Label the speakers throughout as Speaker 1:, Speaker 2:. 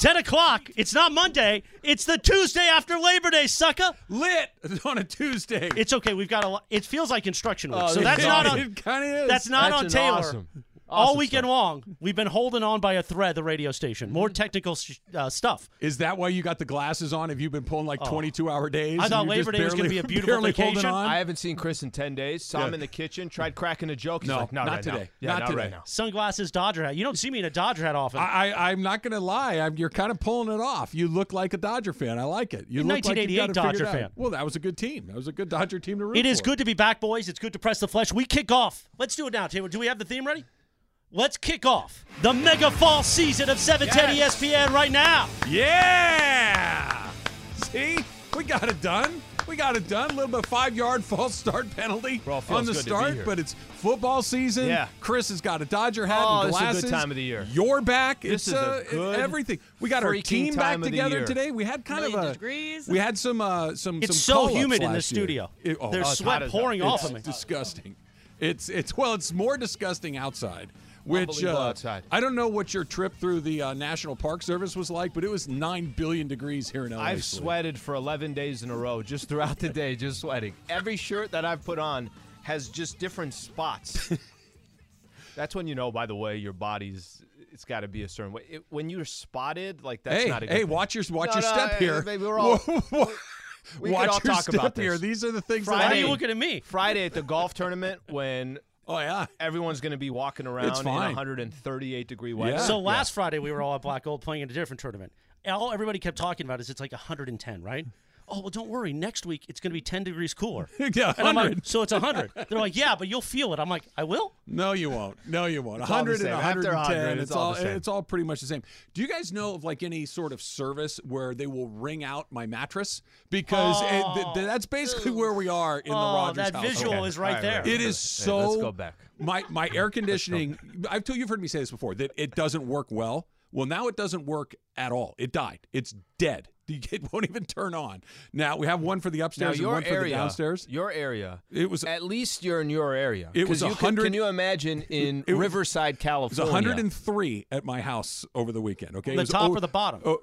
Speaker 1: 10 o'clock. It's not Monday. It's the Tuesday after Labor Day, sucker.
Speaker 2: Lit on a Tuesday.
Speaker 1: It's okay. We've got a lot. It feels like construction week.
Speaker 2: Oh,
Speaker 1: so
Speaker 2: it
Speaker 1: that's
Speaker 2: is
Speaker 1: not
Speaker 2: awesome.
Speaker 1: on.
Speaker 2: It kinda is.
Speaker 1: That's not
Speaker 2: That's
Speaker 1: on
Speaker 2: an
Speaker 1: Taylor.
Speaker 2: awesome-
Speaker 1: All
Speaker 2: awesome
Speaker 1: weekend
Speaker 2: stuff.
Speaker 1: long, we've been holding on by a thread. The radio station. More technical sh- uh, stuff.
Speaker 2: Is that why you got the glasses on? Have you been pulling like 22 hour days?
Speaker 1: Oh. I
Speaker 2: and
Speaker 1: thought
Speaker 2: you're just
Speaker 1: Labor Day was gonna
Speaker 2: barely-
Speaker 1: be a beautiful
Speaker 2: barely holding
Speaker 1: vacation.
Speaker 2: on?
Speaker 3: I haven't seen Chris in 10 days. Saw him
Speaker 2: Yeah.
Speaker 3: in the kitchen, tried cracking a joke. He's
Speaker 2: No,
Speaker 3: like, not,
Speaker 2: not
Speaker 3: right now.
Speaker 2: today.
Speaker 3: Yeah,
Speaker 2: Not
Speaker 3: not
Speaker 2: today.
Speaker 3: right now.
Speaker 1: Sunglasses, Dodger hat. You don't see me in a Dodger hat often.
Speaker 2: I, I, I'm not going to lie. I'm, you're kind of pulling it off. You look like a Dodger fan. I like it.
Speaker 1: A
Speaker 2: You look like
Speaker 1: 1988
Speaker 2: you got it figured
Speaker 1: Dodger
Speaker 2: out.
Speaker 1: fan.
Speaker 2: Well, that was a good team. That was a good Dodger team to root
Speaker 1: it is
Speaker 2: for.
Speaker 1: good to be back, boys. It's good to press the flesh. We kick off. Let's do it now, Taylor. Do we have the theme ready? Let's kick off the mega fall season of E 710
Speaker 2: Yes.
Speaker 1: ESPN right now.
Speaker 2: Yeah. See, we got it done. We got it done. A little bit five yard false start penalty
Speaker 3: Bro, feels
Speaker 2: on the
Speaker 3: good to be
Speaker 2: start,
Speaker 3: here.
Speaker 2: but it's football season.
Speaker 3: Yeah.
Speaker 2: Chris has got a Dodger hat
Speaker 3: Oh,
Speaker 2: and
Speaker 3: this is a good
Speaker 2: glasses.
Speaker 3: time of the year.
Speaker 2: You're back.
Speaker 3: This
Speaker 2: it's
Speaker 3: is
Speaker 2: uh,
Speaker 3: a good
Speaker 2: everything. We got our
Speaker 3: freaking
Speaker 2: team back
Speaker 3: time of the
Speaker 2: together
Speaker 3: year.
Speaker 2: today. We had kind of a
Speaker 4: Million degrees.
Speaker 2: We had some uh, some.
Speaker 1: It's so
Speaker 2: some call-ups
Speaker 1: humid in the
Speaker 2: last year.
Speaker 1: studio.
Speaker 2: It- oh,
Speaker 1: There's
Speaker 2: it's
Speaker 1: sweat
Speaker 2: hot as
Speaker 1: pouring
Speaker 2: hell.
Speaker 1: off
Speaker 2: It's
Speaker 1: of me.
Speaker 2: Disgusting. It's it's well, it's more disgusting outside. Which uh,
Speaker 3: Unbelievable outside.
Speaker 2: I don't know what your trip through the uh, National Park Service was like, but it was nine billion degrees here in LA.
Speaker 3: I've
Speaker 2: today.
Speaker 3: sweated for 11 days in a row, just throughout the day, just sweating. Every shirt that I've put on has just different spots. That's when you know, by the way, your body's it's got to be a certain way. It- when you're spotted, like that's
Speaker 2: hey,
Speaker 3: not a good
Speaker 2: hey,
Speaker 3: thing.
Speaker 2: watch your watch your
Speaker 3: No, no,
Speaker 2: step
Speaker 3: hey,
Speaker 2: here.
Speaker 3: baby, we're all-
Speaker 2: Whoa,
Speaker 3: we could
Speaker 2: watch
Speaker 3: all
Speaker 2: your
Speaker 3: talk
Speaker 2: step
Speaker 3: about
Speaker 2: here.
Speaker 3: this.
Speaker 2: These are the things.
Speaker 1: Why are
Speaker 2: That
Speaker 1: you
Speaker 2: I,
Speaker 3: Friday.
Speaker 1: looking at me?
Speaker 3: Friday at the golf tournament when
Speaker 2: oh yeah.
Speaker 3: everyone's going to be walking around in
Speaker 2: fine.
Speaker 3: 138 degree weather.
Speaker 2: Yeah.
Speaker 1: So last Friday we were all at Black Gold playing in a different tournament. And All everybody kept talking about is it's like 110, right? Oh well, don't worry. Next week it's going to be 10 degrees cooler.
Speaker 2: Yeah,
Speaker 1: And I'm like,
Speaker 2: 100.
Speaker 1: so it's 100. They're like, yeah, but you'll feel it. I'm like, I will.
Speaker 2: No, you won't. No, you won't.
Speaker 3: all the
Speaker 2: 100 and
Speaker 3: same. After
Speaker 2: 110.
Speaker 3: 100,
Speaker 2: it's,
Speaker 3: it's all
Speaker 2: all
Speaker 3: the same.
Speaker 2: it's all pretty much the same. Do you guys know of like any sort of service where they will wring out my mattress because it- th- th- that's basically where we are in the
Speaker 1: Oh,
Speaker 2: Rogers
Speaker 1: that
Speaker 2: house.
Speaker 1: visual is right
Speaker 3: All
Speaker 1: there.
Speaker 3: right,
Speaker 2: It is
Speaker 3: Hey,
Speaker 2: so.
Speaker 3: let's go back.
Speaker 2: My my air conditioning. I've told you've heard me say this before that it doesn't work well. Well, now it doesn't work at all. It died. It's dead. The- It won't even turn on. Now we have one for the
Speaker 3: Now
Speaker 2: upstairs and
Speaker 3: your
Speaker 2: one for the
Speaker 3: area,
Speaker 2: downstairs.
Speaker 3: your area,
Speaker 2: It was-
Speaker 3: at least you're in your area.
Speaker 2: It was
Speaker 3: 'Cause you can,
Speaker 2: 100
Speaker 3: can you imagine in
Speaker 2: it was-
Speaker 3: Riverside,
Speaker 2: It was
Speaker 3: California?
Speaker 2: 103 at my house over the weekend. Okay, It
Speaker 1: Oh, The
Speaker 2: was
Speaker 1: top
Speaker 2: o-
Speaker 1: or the bottom?
Speaker 2: o-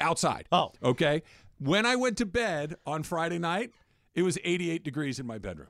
Speaker 2: outside.
Speaker 1: Oh.
Speaker 2: okay. When I went to bed on Friday night, it was 88 degrees in my bedroom.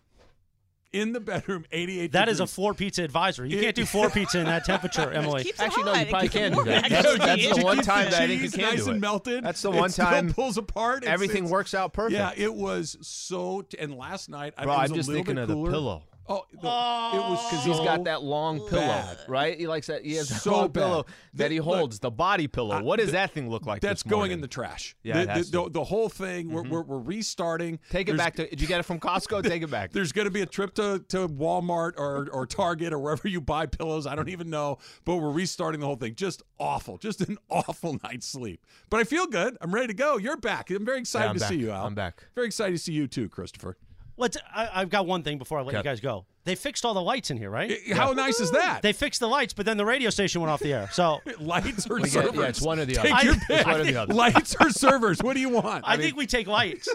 Speaker 2: In the bedroom, 88.
Speaker 1: That
Speaker 2: degrees.
Speaker 1: is a floor pizza advisory. You can't do four pizza in that temperature, Emily.
Speaker 4: Keeps it
Speaker 3: Actually, no,
Speaker 4: hot.
Speaker 3: you
Speaker 4: It
Speaker 3: probably
Speaker 4: keeps it
Speaker 3: can do
Speaker 4: warm.
Speaker 3: that.
Speaker 4: Actually,
Speaker 3: That's,
Speaker 4: it
Speaker 3: that's
Speaker 4: is.
Speaker 3: the one
Speaker 2: keep the
Speaker 3: time that I think you
Speaker 2: cheese
Speaker 3: can
Speaker 2: nice
Speaker 3: do it.
Speaker 2: and melted.
Speaker 3: That's the
Speaker 2: It
Speaker 3: one
Speaker 2: still
Speaker 3: time
Speaker 2: pulls apart. It's-
Speaker 3: everything
Speaker 2: it's-
Speaker 3: works out perfect.
Speaker 2: Yeah, it was so. T- and last night, I
Speaker 3: Bro,
Speaker 2: it was
Speaker 3: I'm
Speaker 2: a
Speaker 3: just
Speaker 2: little
Speaker 3: thinking
Speaker 2: bit
Speaker 3: of the
Speaker 2: cooler.
Speaker 3: pillow.
Speaker 2: Oh, the- it
Speaker 1: Oh.
Speaker 2: was
Speaker 3: Because he's
Speaker 2: so
Speaker 3: got that long pillow,
Speaker 2: bad.
Speaker 3: right? He likes that. He has
Speaker 2: So
Speaker 3: a long
Speaker 2: bad.
Speaker 3: pillow that he
Speaker 2: Th- look,
Speaker 3: holds, the body pillow. What does
Speaker 2: th-
Speaker 3: that thing look like?
Speaker 2: That's
Speaker 3: this
Speaker 2: going in
Speaker 3: morning?
Speaker 2: the trash.
Speaker 3: Yeah, it
Speaker 2: the,
Speaker 3: has
Speaker 2: the,
Speaker 3: to. Mm-hmm.
Speaker 2: the whole thing. We're, we're, we're restarting.
Speaker 3: Take it
Speaker 2: There's-
Speaker 3: back to. Did you get it from Costco? Take it back.
Speaker 2: There's going to be a trip to, to Walmart or, or Target or wherever you buy pillows. I don't even know, but we're restarting the whole thing. Just awful. Just an awful night's sleep. But I feel good. I'm ready to go. You're back. I'm very excited
Speaker 3: I'm
Speaker 2: to
Speaker 3: back.
Speaker 2: see you, Al.
Speaker 3: I'm back.
Speaker 2: Very excited to see you too, Christopher.
Speaker 1: Let's. I, I've got one thing before I let you
Speaker 3: Okay.
Speaker 1: guys go. They fixed all the lights in here, right?
Speaker 2: I- How nice is that?
Speaker 1: they fixed the lights, but then the radio station went off the air. So
Speaker 2: lights or
Speaker 3: We get- yeah,
Speaker 2: servers?
Speaker 3: it's one or the
Speaker 2: Take
Speaker 3: other.
Speaker 2: your
Speaker 3: It's one or the
Speaker 2: pick.
Speaker 3: other.
Speaker 2: Lights or servers? What do you want?
Speaker 1: I, think we take lights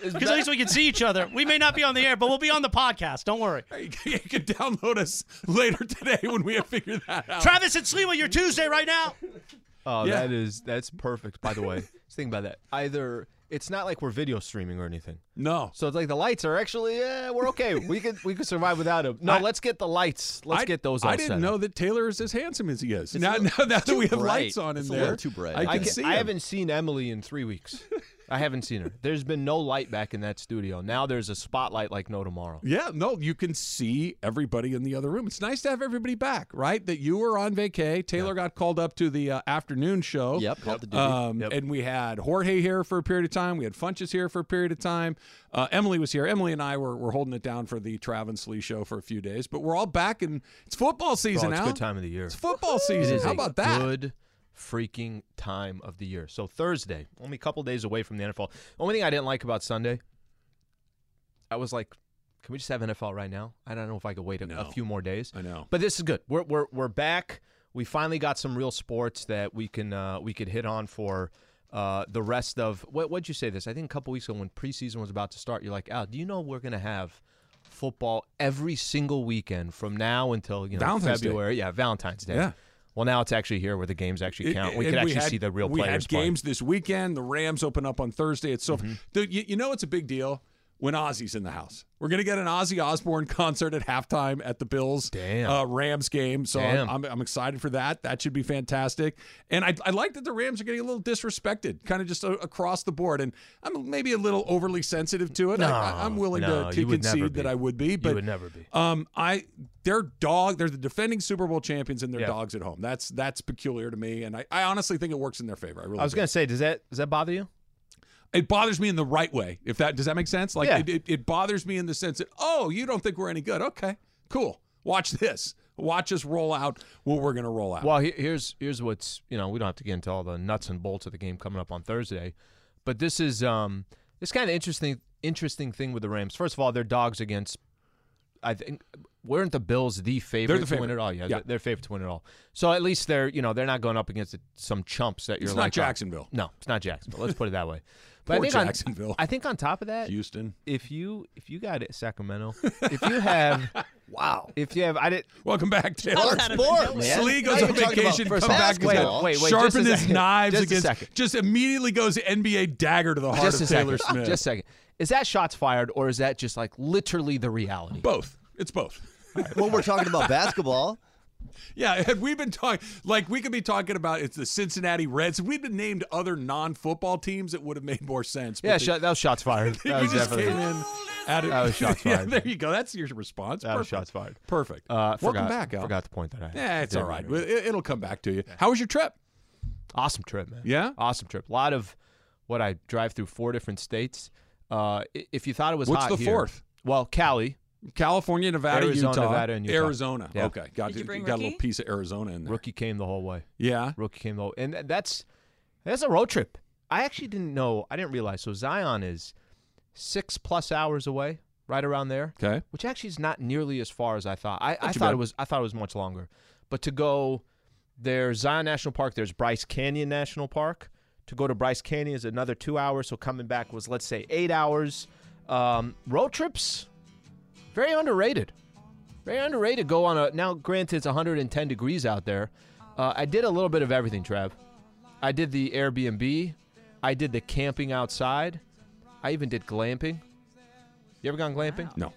Speaker 1: because at least we can see each other. We may not be on the air, but we'll be on the podcast. Don't worry.
Speaker 2: you can download us later today when we have figured that out.
Speaker 1: Travis and Sliwa, your Tuesday right now.
Speaker 3: Oh,
Speaker 2: Yeah.
Speaker 3: that is that's perfect. By the way, just think about that. Either it's not like we're video streaming or anything,
Speaker 2: no.
Speaker 3: so it's like the lights are actually yeah, we're okay. We could we could survive without them. No,
Speaker 2: I-
Speaker 3: let's get the lights. Let's
Speaker 2: I-
Speaker 3: get those. All
Speaker 2: I didn't
Speaker 3: set
Speaker 2: know
Speaker 3: up.
Speaker 2: that Taylor is as handsome as he is. Now, now that we have
Speaker 3: bright.
Speaker 2: lights on in
Speaker 5: It's a
Speaker 2: there,
Speaker 5: little too bright.
Speaker 2: I can
Speaker 3: I, ca-
Speaker 2: see.
Speaker 3: I
Speaker 2: him.
Speaker 3: haven't seen Emily in three weeks. I haven't seen her. There's been no light back in that studio. Now there's a spotlight like no tomorrow.
Speaker 2: Yeah, no, you can see everybody in the other room. It's nice to have everybody back, right? That you were on vacay. Taylor got called up to the uh, afternoon show.
Speaker 5: Yep, called to duty.
Speaker 2: Um,
Speaker 3: Yep.
Speaker 2: And we had Jorge here for a period of time. We had Funches here for a period of time. Uh, Emily was here. Emily and I were, were holding it down for the Travis Lee show for a few days, but we're all back and it's football
Speaker 3: Bro,
Speaker 2: season
Speaker 3: it's
Speaker 2: now.
Speaker 3: good time of the year.
Speaker 2: It's football season.
Speaker 3: It is
Speaker 2: How
Speaker 3: a
Speaker 2: about that?
Speaker 3: Good freaking time of the year. So Thursday, only a couple days away from the NFL. Only thing I didn't like about Sunday, I was like, can we just have NFL right now? I don't know if I could wait a, a
Speaker 2: No.
Speaker 3: few more days.
Speaker 2: I know.
Speaker 3: But this is good. We're we're we're back. We finally got some real sports that we can uh, we could hit on for uh, the rest of what what'd you say this? I think a couple weeks ago when preseason was about to start, you're like, Al, do you know we're gonna have football every single weekend from now until you know
Speaker 2: Valentine's Day.
Speaker 3: February? Yeah, Valentine's Day.
Speaker 2: Yeah.
Speaker 3: Well, now it's actually here where the games actually
Speaker 2: It-
Speaker 3: count. we
Speaker 2: and
Speaker 3: could actually
Speaker 2: had-
Speaker 3: see the real
Speaker 2: we
Speaker 3: players Mm-hmm.
Speaker 2: had games this weekend. The Rams open up on Thursday. It's so Dude, you, you know it's a big deal when Ozzy's in the house. We're gonna get an Ozzy Osbourne concert at halftime at the Bills
Speaker 3: Damn.
Speaker 2: Uh, Rams game. So I'm,
Speaker 3: Damn.
Speaker 2: I'm, I'm excited for that. That should be fantastic. And I, I like that the Rams are getting a little disrespected, kind of just a, across the board. And I'm maybe a little overly sensitive to it. I,
Speaker 3: No,
Speaker 2: am willing
Speaker 3: no,
Speaker 2: to, to
Speaker 3: you would never
Speaker 2: concede
Speaker 3: be.
Speaker 2: that I would be, but
Speaker 3: would never be.
Speaker 2: um, I they're dog. They're the defending Super Bowl champions, and they're
Speaker 3: Yeah.
Speaker 2: dogs at home. That's that's peculiar to me, and I, I honestly think it works in their favor. I really.
Speaker 3: I was
Speaker 2: do.
Speaker 3: gonna say, does that does that bother you?
Speaker 2: It bothers me in the right way. If that does that make sense? Like
Speaker 3: Yeah.
Speaker 2: it, it, it bothers me in the sense that oh, you don't think we're any good? Okay, cool. Watch this. Watch us roll out what we're gonna roll out.
Speaker 3: Well, he- here's here's what's you know we don't have to get into all the nuts and bolts of the game coming up on Thursday, but this is um this kind of interesting interesting thing with the Rams. First of all, they're dogs against. I think weren't the Bills the favorite,
Speaker 2: the
Speaker 3: to win
Speaker 2: favorite.
Speaker 3: it all? Yeah,
Speaker 2: Yeah.
Speaker 3: they're- they're favorite to win it all. So at least they're you know they're not going up against some chumps that you're
Speaker 2: it's
Speaker 3: like
Speaker 2: not
Speaker 3: oh,
Speaker 2: Jacksonville,
Speaker 3: no, it's not Jacksonville. Let's put it that way. But
Speaker 2: Poor
Speaker 3: I think
Speaker 2: Jacksonville.
Speaker 3: On, I think on top of that,
Speaker 2: Houston.
Speaker 3: if you if you got it, Sacramento, if you have wow, if you have I did
Speaker 2: Welcome back, Taylor.
Speaker 3: Sports, sports, man.
Speaker 2: Slee goes
Speaker 3: Now
Speaker 2: on
Speaker 3: you're talking
Speaker 2: vacation,
Speaker 3: about-
Speaker 2: come
Speaker 3: first
Speaker 2: back, and
Speaker 3: basketball.
Speaker 2: said,
Speaker 3: Wait, wait, just
Speaker 2: sharpen
Speaker 3: a
Speaker 2: his
Speaker 3: second.
Speaker 2: knives
Speaker 3: Just a
Speaker 2: against.
Speaker 3: second.
Speaker 2: Just immediately goes NBA dagger to the heart
Speaker 3: just a
Speaker 2: of Taylor
Speaker 3: second.
Speaker 2: Smith.
Speaker 3: Just a second. Is that shots fired or is that just like literally the reality?
Speaker 2: Both. It's both.
Speaker 4: Well, we're talking about basketball.
Speaker 2: Yeah, had we been talking, like we could be talking about it's the Cincinnati Reds. If we'd been named other non-football teams, it would have made more sense. but
Speaker 3: yeah,
Speaker 2: the-
Speaker 3: shot, that was shots fired. That
Speaker 2: you
Speaker 3: was
Speaker 2: just
Speaker 3: definitely.
Speaker 2: came in. At it.
Speaker 3: That was shots
Speaker 2: yeah,
Speaker 3: fired.
Speaker 2: there you go. That's your response.
Speaker 3: That was
Speaker 2: Perfect.
Speaker 3: shots fired.
Speaker 2: Perfect.
Speaker 3: Uh,
Speaker 2: Welcome
Speaker 3: forgot,
Speaker 2: back, Al.
Speaker 3: Forgot the point that I. had.
Speaker 2: Yeah, it's all
Speaker 3: Didn't
Speaker 2: right.
Speaker 3: remember.
Speaker 2: It, it'll come back to you. How was your trip?
Speaker 3: Awesome trip, man.
Speaker 2: Yeah?
Speaker 3: awesome trip. A lot of what I drive through four different states. Uh, i- if you thought it was
Speaker 2: What's
Speaker 3: hot
Speaker 2: the
Speaker 3: here-
Speaker 2: fourth?
Speaker 3: well, Cali.
Speaker 2: California, Nevada,
Speaker 3: Arizona,
Speaker 2: Utah,
Speaker 3: Nevada, and Utah.
Speaker 2: Arizona.
Speaker 3: Yeah.
Speaker 2: Okay, got,
Speaker 5: Did you bring
Speaker 2: got a little
Speaker 5: Ricky?
Speaker 2: piece of Arizona in there.
Speaker 3: Rookie came the whole way.
Speaker 2: Yeah,
Speaker 3: Rookie came the whole, and that's that's a road trip. I actually didn't know. I didn't realize. So Zion is six plus hours away, right around there.
Speaker 2: Okay.
Speaker 3: Which actually is not nearly as far as I thought. I, I
Speaker 2: too
Speaker 3: thought
Speaker 2: bad.
Speaker 3: it was. I thought it was much longer. But to go, there's Zion National Park. There's Bryce Canyon National Park. To go to Bryce Canyon is another two hours. So coming back was let's say eight hours. Um, road trips, very underrated. Very underrated. Go on a now. Granted, it's 110 degrees out there. Uh, I did a little bit of everything, Trav. I did the Airbnb. I did the camping outside. I even did glamping. You ever gone glamping?
Speaker 2: no.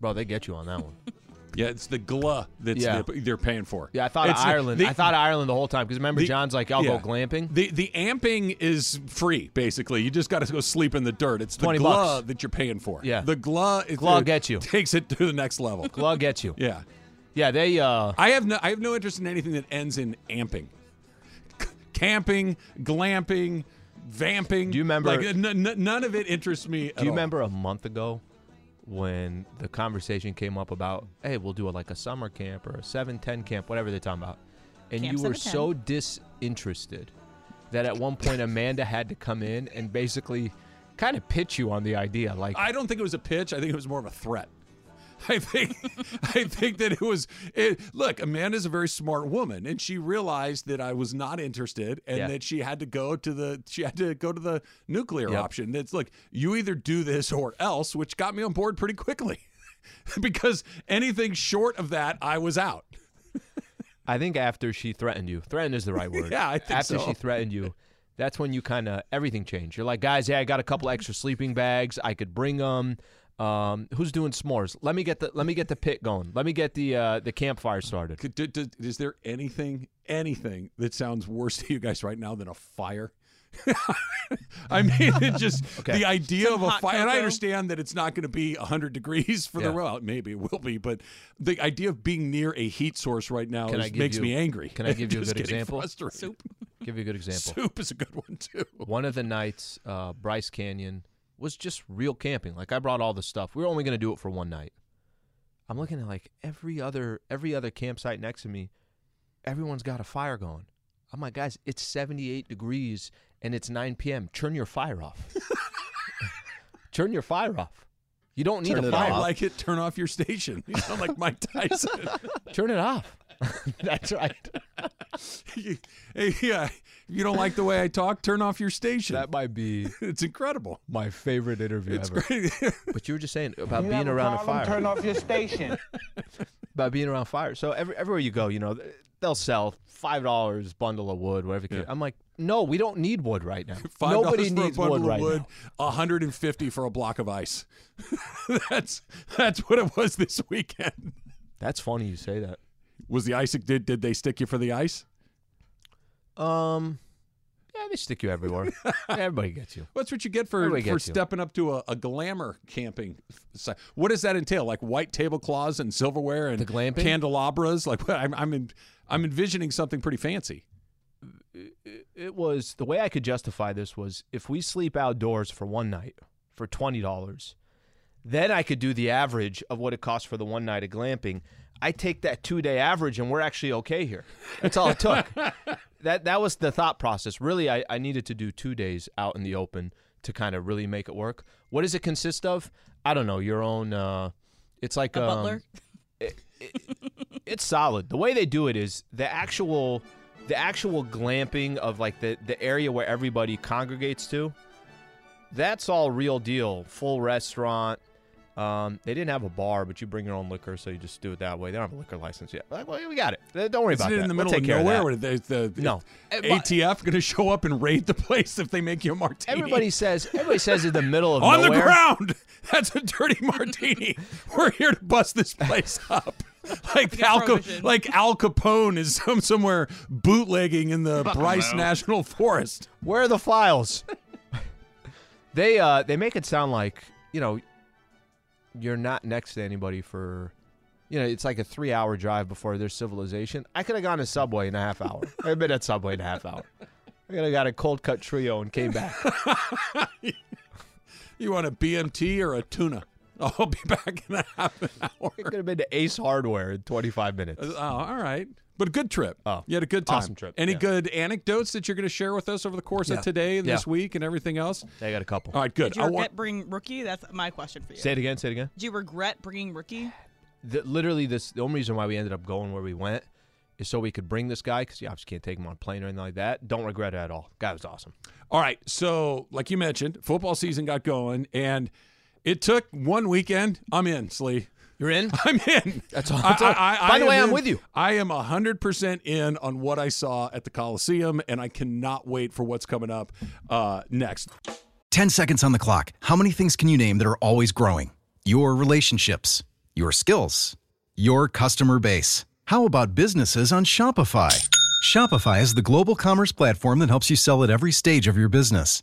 Speaker 3: Bro, they get you on that one.
Speaker 2: Yeah, it's the gla that's
Speaker 3: Yeah.
Speaker 2: they're, they're paying for.
Speaker 3: Yeah, I thought of
Speaker 2: It's-
Speaker 3: Ireland.
Speaker 2: the-
Speaker 3: I thought of Ireland the whole time because remember
Speaker 2: the-
Speaker 3: John's like, "I'll
Speaker 2: yeah.
Speaker 3: go glamping."
Speaker 2: The the amping is free basically. You just got to go sleep in the dirt. It's the
Speaker 3: 20
Speaker 2: gla
Speaker 3: bucks.
Speaker 2: that you're paying for.
Speaker 3: Yeah.
Speaker 2: the gla is-
Speaker 3: Gla
Speaker 2: it
Speaker 3: gets you.
Speaker 2: takes it to the next level.
Speaker 3: Well, I'll get you.
Speaker 2: yeah,
Speaker 3: Yeah, they. uh
Speaker 2: I have no I have no interest in anything that ends in amping, C- camping, glamping, vamping.
Speaker 3: Do you remember-
Speaker 2: Like n- n- none of it interests me. at
Speaker 3: Do you
Speaker 2: all.
Speaker 3: remember a month ago when the conversation came up about, "Hey, we'll do a, like a summer camp or a seven ten camp, whatever they're talking about," and
Speaker 5: Camp
Speaker 3: you were
Speaker 5: 710.
Speaker 3: so disinterested that at one point Amanda had to come in and basically kind of pitch you on the idea, like,
Speaker 2: I don't think it was a pitch. I think it was more of a threat. I think I think that it was it, look, Amanda's a very smart woman and she realized that I was not interested and
Speaker 3: Yeah.
Speaker 2: that she had to go to the she had to go to the nuclear
Speaker 3: Yep.
Speaker 2: option. That's like you either do this or else, which got me on board pretty quickly. because anything short of that, I was out.
Speaker 3: I think after she threatened you, threatened is the right word.
Speaker 2: Yeah, I think
Speaker 3: after
Speaker 2: so.
Speaker 3: she threatened you, that's when you kind of everything changed. You're like, guys, yeah, I got a couple extra sleeping bags. I could bring them. Um, who's doing s'mores? Let me get the let me get the pit going. Let me get the uh, the campfire started.
Speaker 2: Could, do, do, is there anything anything that sounds worse to you guys right now than a fire? I mean, it just
Speaker 3: Okay.
Speaker 2: the idea
Speaker 5: Some
Speaker 2: of a
Speaker 5: hot
Speaker 2: fire. And I
Speaker 5: cocoa.
Speaker 2: understand that it's not going to be 100 degrees for the
Speaker 3: Yeah.
Speaker 2: well, maybe it will be, but the idea of being near a heat source right now
Speaker 3: Can I
Speaker 2: is-
Speaker 3: give
Speaker 2: makes me
Speaker 3: you-
Speaker 2: angry.
Speaker 3: can I give you a
Speaker 2: Just
Speaker 3: good
Speaker 2: getting
Speaker 3: example?
Speaker 2: frustrated.
Speaker 5: Soup.
Speaker 3: Give you a good example.
Speaker 2: Soup is a good one too.
Speaker 3: One of the nights, uh, Bryce Canyon was just real camping. Like I brought all the stuff. We were only gonna do it for one night. I'm looking at like every other every other campsite next to me. everyone's got a fire going. I'm like, guys, it's 78 degrees and it's 9 p.m. Turn your fire off. Turn your fire off. You don't need
Speaker 4: Turn
Speaker 3: a
Speaker 4: it
Speaker 3: fire.
Speaker 4: off.
Speaker 2: I like it. Turn off your station. You sound like Mike Tyson.
Speaker 3: Turn it off. That's right.
Speaker 2: hey, yeah, you don't like the way I talk? Turn off your station.
Speaker 3: That might be
Speaker 2: it's incredible.
Speaker 3: my favorite interview
Speaker 2: It's
Speaker 3: ever.
Speaker 2: great.
Speaker 3: But you were just saying about being around a fire.
Speaker 5: Turn off your station.
Speaker 3: about being around fire. So every, everywhere you go, you know, th- they'll sell five dollars bundle of wood, whatever. You I'm like, no, we don't need wood right now.
Speaker 2: Five dollars
Speaker 3: Nobody
Speaker 2: for a
Speaker 3: needs
Speaker 2: bundle
Speaker 3: wood
Speaker 2: of
Speaker 3: right
Speaker 2: wood,
Speaker 3: now.
Speaker 2: hundred and fifty for a block of ice. that's that's what it was this weekend.
Speaker 3: That's funny you say that.
Speaker 2: Was the ice did did they stick you for the ice?
Speaker 3: Um, yeah, they stick you everywhere. Everybody gets you.
Speaker 2: What's what you get for
Speaker 3: Everybody
Speaker 2: for
Speaker 3: gets you.
Speaker 2: stepping up to a, a glamour camping site? What does that entail? Like white tablecloths and silverware and
Speaker 3: The glamping?
Speaker 2: candelabras? Like what- I'm I'm, in, I'm envisioning something pretty fancy.
Speaker 3: It was the way I could justify this was if we sleep outdoors for one night for twenty dollars, then I could do the average of what it costs for the one night of glamping. I take that two day average and we're actually okay here. That's all it took. that that was the thought process. Really, I, I needed to do two days out in the open to kind of really make it work. What does it consist of? I don't know. Your own. Uh, it's like
Speaker 6: A
Speaker 3: um,
Speaker 6: butler?
Speaker 3: it's solid. The way they do it is the actual the actual glamping of like the the area where everybody congregates to. That's all real deal. Full restaurant. Um, they didn't have a bar, but you bring your own liquor, so you just do it that way. They don't have a liquor license yet. Like, well, we got it. Uh, Don't worry
Speaker 2: Isn't
Speaker 3: about
Speaker 2: it
Speaker 3: that.
Speaker 2: in the
Speaker 3: We'll
Speaker 2: middle
Speaker 3: take
Speaker 2: of
Speaker 3: care
Speaker 2: nowhere?
Speaker 3: that.
Speaker 2: where they- the,
Speaker 3: No. Eh, but-
Speaker 2: ATF going to show up and raid the place if they make you a martini?
Speaker 3: Everybody says everybody says in the middle of
Speaker 2: on the
Speaker 3: nowhere.
Speaker 2: ground. That's a dirty martini. We're here to bust this place up. Like Al, Cap-
Speaker 6: prohibition.
Speaker 2: like Al Capone is some somewhere bootlegging in the Bryce National Forest.
Speaker 3: Where are the files? they uh they make it sound like, you know, you're not next to anybody for you know, it's like a three hour drive before their civilization. I could have gone to Subway in a half hour. I've been at Subway in a half hour. I could have got a cold cut trio and came back.
Speaker 2: You want a BMT or a tuna? I'll be back in a half an hour.
Speaker 3: I could have been to Ace Hardware in twenty five minutes.
Speaker 2: Oh, all right. But a good trip.
Speaker 3: Oh,
Speaker 2: you had a good time.
Speaker 3: awesome trip,
Speaker 2: Any
Speaker 3: yeah.
Speaker 2: good anecdotes that you're going to share with us over the course
Speaker 3: Yeah.
Speaker 2: of today and this
Speaker 3: Yeah.
Speaker 2: week and everything else?
Speaker 3: I got a couple.
Speaker 2: All right, good.
Speaker 6: Did you
Speaker 2: I
Speaker 6: regret
Speaker 2: want
Speaker 6: bringing rookie? That's my question for you.
Speaker 3: Say it again, say it again.
Speaker 6: Did you regret bringing rookie?
Speaker 3: the, literally this the only reason why we ended up going where we went is so we could bring this guy because you obviously can't take him on a plane or anything like that. Don't regret it at all. Guy was awesome.
Speaker 2: All right. So, like you mentioned, football season got going, and it took one weekend. I'm in, Slee.
Speaker 3: You're in.
Speaker 2: I'm in.
Speaker 3: That's all- that's all. By the
Speaker 2: am
Speaker 3: way, I'm
Speaker 2: in.
Speaker 3: with you.
Speaker 2: I am 100% in on what I saw at the Coliseum, and I cannot wait for what's coming up uh, next.
Speaker 7: 10 seconds on the clock. How many things can you name that are always growing? Your relationships, your skills, your customer base. How about businesses on Shopify? Shopify is the global commerce platform that helps you sell at every stage of your business.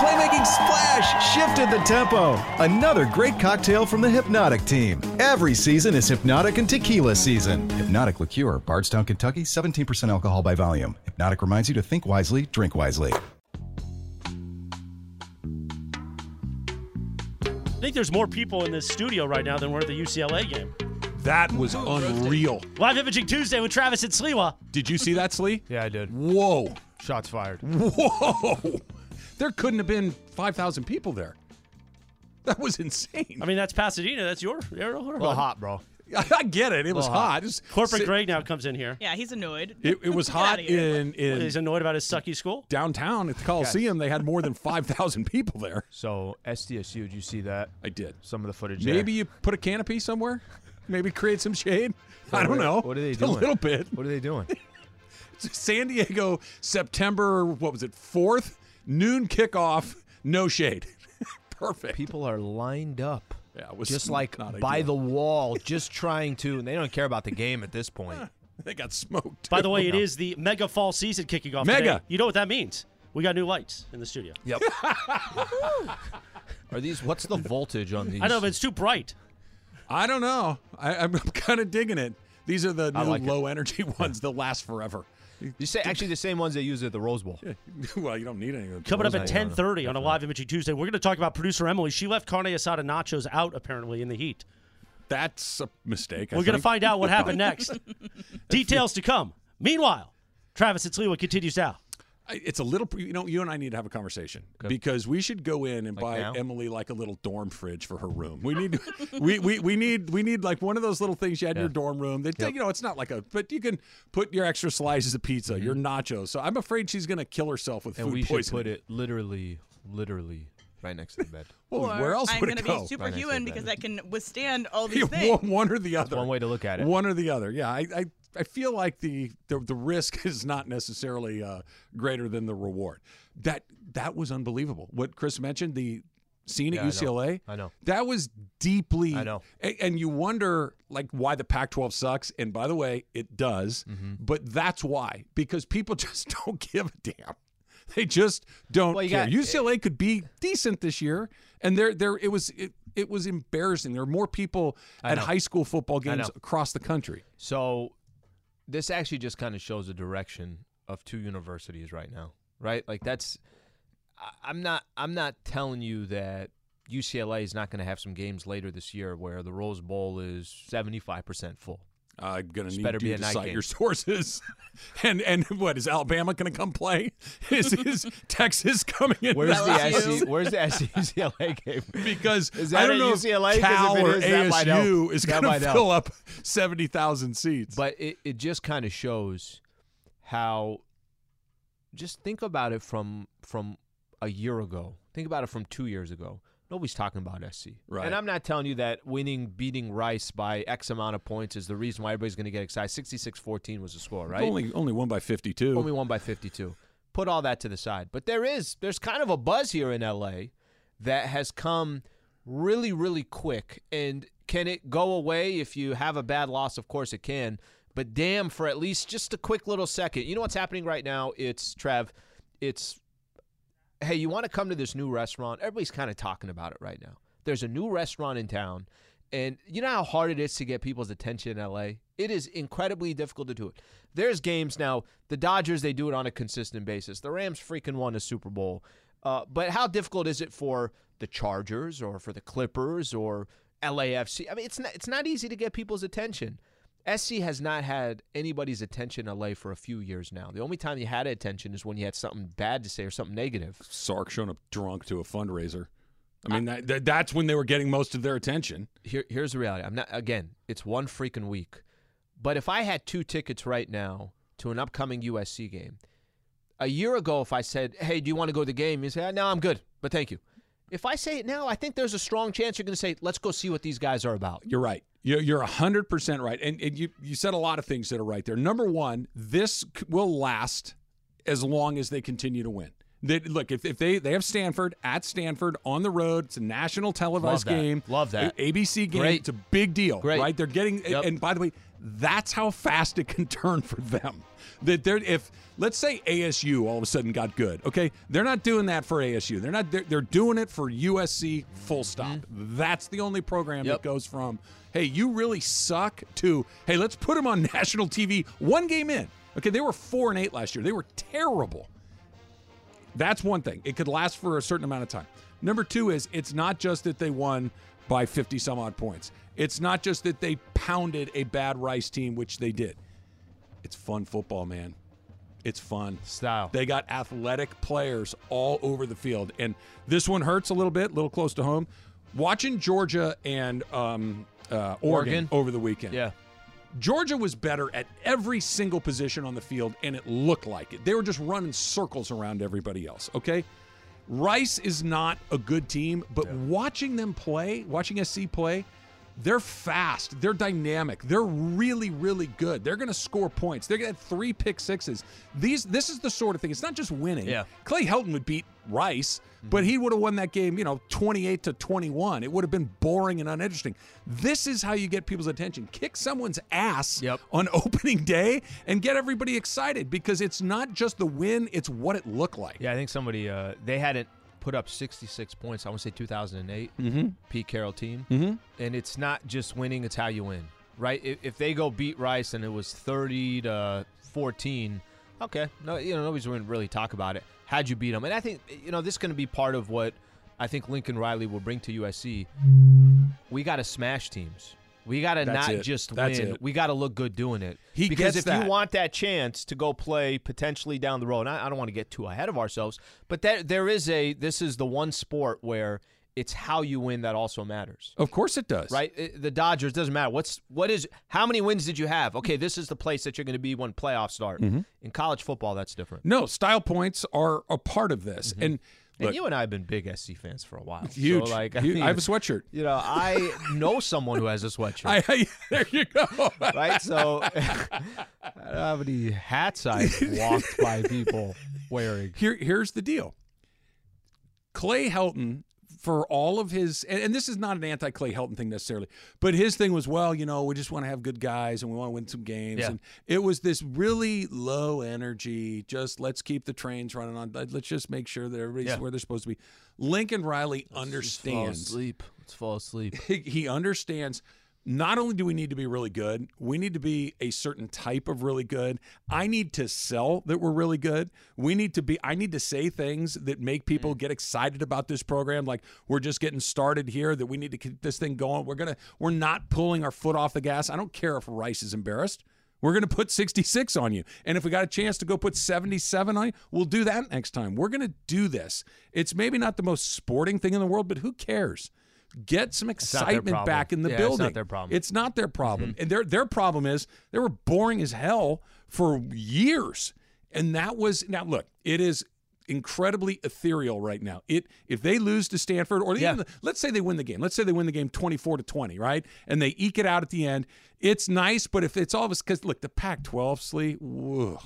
Speaker 7: playmaking splash shifted the tempo. Another great cocktail from the Hypnotic team. Every season is Hypnotic and Tequila season. Hypnotic Liqueur, Bardstown, Kentucky, 17% alcohol by volume. Hypnotic reminds you to think wisely, drink wisely.
Speaker 1: I think there's more people in this studio right now than were at the UCLA game.
Speaker 2: That was unreal.
Speaker 1: Live imaging Tuesday with Travis and Sliwa.
Speaker 2: Did you see that, Slee?
Speaker 3: Yeah, I did.
Speaker 2: Whoa.
Speaker 3: Shots fired.
Speaker 2: Whoa. There couldn't have been 5,000 people there. That was insane.
Speaker 1: I mean, that's Pasadena. That's your your- your-
Speaker 3: Well, hot, bro.
Speaker 2: I, get it. It was hot. It was-
Speaker 1: corporate
Speaker 2: si-
Speaker 1: Greg now comes in here.
Speaker 6: Yeah, he's annoyed.
Speaker 2: It, it was
Speaker 6: Get
Speaker 2: hot
Speaker 6: outta here.
Speaker 2: in, in
Speaker 1: He's annoyed about his sucky school.
Speaker 2: downtown at the Coliseum. They had more than 5,000 people there.
Speaker 3: So SDSU, did you see that?
Speaker 2: I did.
Speaker 3: Some of the footage.
Speaker 2: Maybe you put a canopy somewhere? Maybe create some shade. I don't
Speaker 3: what-
Speaker 2: know.
Speaker 3: what are they
Speaker 2: Just A
Speaker 3: doing?
Speaker 2: little bit.
Speaker 3: What are they doing?
Speaker 2: San Diego, September. What was it? Fourth noon kickoff. No shade. Perfect.
Speaker 3: People are lined up.
Speaker 2: Yeah, it was
Speaker 3: just like
Speaker 2: not
Speaker 3: by
Speaker 2: ideal.
Speaker 3: the wall, just trying to. And they don't care about the game at this point.
Speaker 2: They got smoked.
Speaker 1: By the way, it is the mega fall season kicking off.
Speaker 2: Mega.
Speaker 1: today. You know what that means? We got new lights in the studio.
Speaker 3: Yep. are these? What's the voltage on these?
Speaker 1: I know, but it's too bright.
Speaker 2: I don't know. I, I'm, kind of digging it. These are the new
Speaker 3: like it.
Speaker 2: low energy ones that last forever.
Speaker 3: you say actually the same ones they use at the Rose Bowl.
Speaker 2: well, you don't need any of them.
Speaker 1: Coming up at
Speaker 3: Those I know.
Speaker 1: 10:30 on a live imaging Tuesday, we're going to talk about producer Emily. She left carne asada nachos out apparently in the heat.
Speaker 2: That's a mistake. I
Speaker 1: We're going to
Speaker 2: think.
Speaker 1: find out what happened next. Details to come. Meanwhile, Travis and Sliwa continues now.
Speaker 2: I- It's a little. pre- You know, you and I need to have a conversation because we should go in and buy
Speaker 3: now?
Speaker 2: Emily like a little dorm fridge for her room. We need, we, we we need we need like one of those little things you had in your dorm room. That you know, it's not like a, but you can put your extra slices of pizza, your nachos. So I'm afraid she's gonna kill herself with
Speaker 3: Mm-hmm. And
Speaker 2: food
Speaker 3: we should
Speaker 2: poisoning.
Speaker 3: put it literally, literally right next to the bed.
Speaker 2: Well,
Speaker 6: Or
Speaker 2: where else
Speaker 6: I'm
Speaker 2: would
Speaker 6: gonna
Speaker 2: it go?
Speaker 6: be
Speaker 3: Right, I
Speaker 6: superhuman
Speaker 3: said
Speaker 6: because
Speaker 3: that.
Speaker 6: I can withstand all
Speaker 2: Yeah,
Speaker 6: these
Speaker 2: one,
Speaker 6: things.
Speaker 2: one or the other.
Speaker 3: one way to look at it.
Speaker 2: One or the other. Yeah, I, I, I feel like the, the the risk is not necessarily uh, greater than the reward. That that was unbelievable. What Chris mentioned, the scene
Speaker 3: Yeah,
Speaker 2: at
Speaker 3: I know.
Speaker 2: UCLA.
Speaker 3: I know.
Speaker 2: That was deeply.
Speaker 3: I know.
Speaker 2: a- and you wonder like why the Pac-12 sucks. And by the way, it does.
Speaker 3: Mm-hmm.
Speaker 2: But that's why because people just don't give a damn. They just don't
Speaker 3: Well, you
Speaker 2: care.
Speaker 3: got-
Speaker 2: UCLA could be decent this year, and there, there, it was, it, it was embarrassing. There are more people at
Speaker 3: know.
Speaker 2: high school football games
Speaker 3: know.
Speaker 2: across the country.
Speaker 3: So this actually just kind of shows the direction of two universities right now, right? Like that's I, I'm not I'm not telling you that UCLA is not going to have some games later this year where the Rose Bowl is 75% full.
Speaker 2: I'm gonna
Speaker 3: This
Speaker 2: need
Speaker 3: better
Speaker 2: you
Speaker 3: be a
Speaker 2: to
Speaker 3: night
Speaker 2: cite
Speaker 3: game.
Speaker 2: your sources, and and what is Alabama gonna come play? Is is Texas coming in?
Speaker 3: Where's
Speaker 6: That
Speaker 3: the
Speaker 6: was
Speaker 3: SC, where's the E SC UCLA game?
Speaker 2: because
Speaker 3: Is
Speaker 2: I
Speaker 3: that
Speaker 2: don't
Speaker 3: at
Speaker 2: know
Speaker 3: UCLA?
Speaker 2: if
Speaker 3: 'Cause if
Speaker 2: Cal
Speaker 3: it
Speaker 2: or
Speaker 3: is, that might help.
Speaker 2: ASU is
Speaker 3: That
Speaker 2: gonna
Speaker 3: might help.
Speaker 2: fill up seventy thousand seats.
Speaker 3: But it, it just kind of shows how just think about it from from a year ago. Think about it from two years ago. Nobody's talking about SC.
Speaker 2: Right.
Speaker 3: And I'm not telling you that winning, beating Rice by X amount of points is the reason why everybody's going to get excited. 66 14 was the score, right?
Speaker 2: only only one by fifty-two.
Speaker 3: Only won by 52. Put all that to the side. But there is, there's kind of a buzz here in LA that has come really, really quick. And can it go away if you have a bad loss? Of course it can. But damn, for at least just a quick little second. You know what's happening right now? It's Trev. It's, hey, you want to come to this new restaurant? Everybody's kind of talking about it right now. There's a new restaurant in town. And you know how hard it is to get people's attention in LA? It is incredibly difficult to do it. There's games now. The Dodgers, they do it on a consistent basis. The Rams freaking won a Super Bowl. Uh, but how difficult is it for the Chargers or for the Clippers or LAFC? I mean, it's not, it's not easy to get people's attention. SC has not had anybody's attention in LA for a few years now. The only time you had attention is when you had something bad to say or something negative.
Speaker 2: Sark showing up drunk to a fundraiser. I mean, that, that, that's when they were getting most of their attention.
Speaker 3: here, here's the reality. I'm not again. It's one freaking week, but if I had two tickets right now to an upcoming USC game, a year ago, if I said, "Hey, do you want to go to the game?" You say, "Ah, "No, I'm good, but thank you." If I say it now, I think there's a strong chance you're going to say, "Let's go see what these guys are about."
Speaker 2: You're right. You're, you're 100% right. And, and you, you said a lot of things that are right there. Number one, this c- will last as long as they continue to win. That look, if, if they, they have Stanford at Stanford on the road, it's a national televised
Speaker 3: Love that.
Speaker 2: game.
Speaker 3: Love that.
Speaker 2: A- ABC game.
Speaker 3: Great.
Speaker 2: It's a big deal,
Speaker 3: Great.
Speaker 2: right? They're getting,
Speaker 3: Yep.
Speaker 2: and by the way, that's how fast it can turn for them. That they're, if, let's say ASU all of a sudden got good, okay? They're not doing that for ASU. They're not, they're, they're doing it for USC full stop. That's the only program
Speaker 3: Mm-hmm.
Speaker 2: that
Speaker 3: Yep.
Speaker 2: goes from hey you really suck to hey let's put them on national tv one game in okay they were four and eight last year they were terrible that's one thing it could last for a certain amount of time number two is it's not just that they won by 50 some odd points it's not just that they pounded a bad rice team which they did it's fun football man it's fun
Speaker 3: Style.
Speaker 2: they got athletic players all over the field, and this one hurts a little bit, a little close to home. Watching Georgia and um, uh, Oregon,
Speaker 3: Oregon?
Speaker 2: over the weekend,
Speaker 3: yeah,
Speaker 2: Georgia was better at every single position on the field, and it looked like it. They were just running circles around everybody else. Okay, Rice is not a good team, but watching them play, watching SC play, They're fast. They're dynamic. They're really, really good. They're going to score points. They're going to have three pick sixes. These, this is the sort of thing. It's not just winning.
Speaker 3: Yeah.
Speaker 2: Clay Helton would beat Rice, but he would have won that game, you know, 28 to 21. It would have been boring and uninteresting. This is how you get people's attention. Kick someone's ass
Speaker 3: Yep.
Speaker 2: on opening day and get everybody excited because it's not just the win, it's what it looked like.
Speaker 3: Yeah, I think somebody uh, they hadn't put up 66 points. I want to say 2008
Speaker 2: Mm-hmm.
Speaker 3: Pete Carroll team, mm-hmm. and it's not just winning; it's how you win, right? If, if they go beat Rice and it was 30 to 14, okay, no, you know nobody's going to really talk about it. How'd you beat them? And I think you know this is going to be part of what I think Lincoln Riley will bring to USC. We got to smash teams. We got to
Speaker 2: That's
Speaker 3: not
Speaker 2: it.
Speaker 3: just
Speaker 2: That's
Speaker 3: win.
Speaker 2: it.
Speaker 3: We got to look good doing it.
Speaker 2: He
Speaker 3: because
Speaker 2: gets
Speaker 3: if
Speaker 2: that.
Speaker 3: you want that chance to go play potentially down the road, and I, I don't want to get too ahead of ourselves, but that there is a this is the one sport where it's how you win that also matters.
Speaker 2: Of course it does.
Speaker 3: Right? It- the Dodgers doesn't matter. What's what is how many wins did you have? Okay, this is the place that you're going to be when playoffs start.
Speaker 2: Mm-hmm.
Speaker 3: In college football that's different.
Speaker 2: No, style points are a part of this. And
Speaker 3: And
Speaker 2: look,
Speaker 3: you and I have been big SC fans for a while. Mm-hmm. So,
Speaker 2: huge.
Speaker 3: like, I,
Speaker 2: I,
Speaker 3: mean,
Speaker 2: I have a sweatshirt.
Speaker 3: you know, I know someone who has a sweatshirt.
Speaker 2: I, I- there you go.
Speaker 3: right? So I don't know how many hats I walked by people wearing.
Speaker 2: Here, here's the deal. Clay Helton, for all of his, and, and this is not an anti Clay Helton thing necessarily, but his thing was, well, you know, we just want to have good guys and we want to win some games.
Speaker 3: Yeah.
Speaker 2: And it was this really low energy, just let's keep the trains running on. let- Let's just make sure that everybody's
Speaker 3: Yeah.
Speaker 2: where they're supposed to be. Lincoln Riley understands.
Speaker 3: asleep. Let's fall asleep.
Speaker 2: he, he understands not only do we need to be really good, we need to be a certain type of really good. I need to sell that we're really good. We need to be I need to say things that make people get excited about this program like we're just getting started here that we need to keep this thing going. We're going to we're not pulling our foot off the gas. I don't care if Rice is embarrassed. We're going to put 66 on you. And if we got a chance to go put 77 on you, we'll do that next time. We're going to do this. It's maybe not the most sporting thing in the world, but who cares? Get some
Speaker 3: not their
Speaker 2: excitement
Speaker 3: problem.
Speaker 2: back in the
Speaker 3: Yeah, it's not
Speaker 2: building.
Speaker 3: their problem. Mm-hmm.
Speaker 2: It's not their problem. And their their problem is they were boring as hell for years. And that was now look, it is incredibly ethereal right now. It if they lose to Stanford or even the, let's say they win the game. Let's say they win the game 24 to 20, right? And they eke it out at the end. It's nice, but if it's all of us cuz look, the Pac-12 Slee, whoa.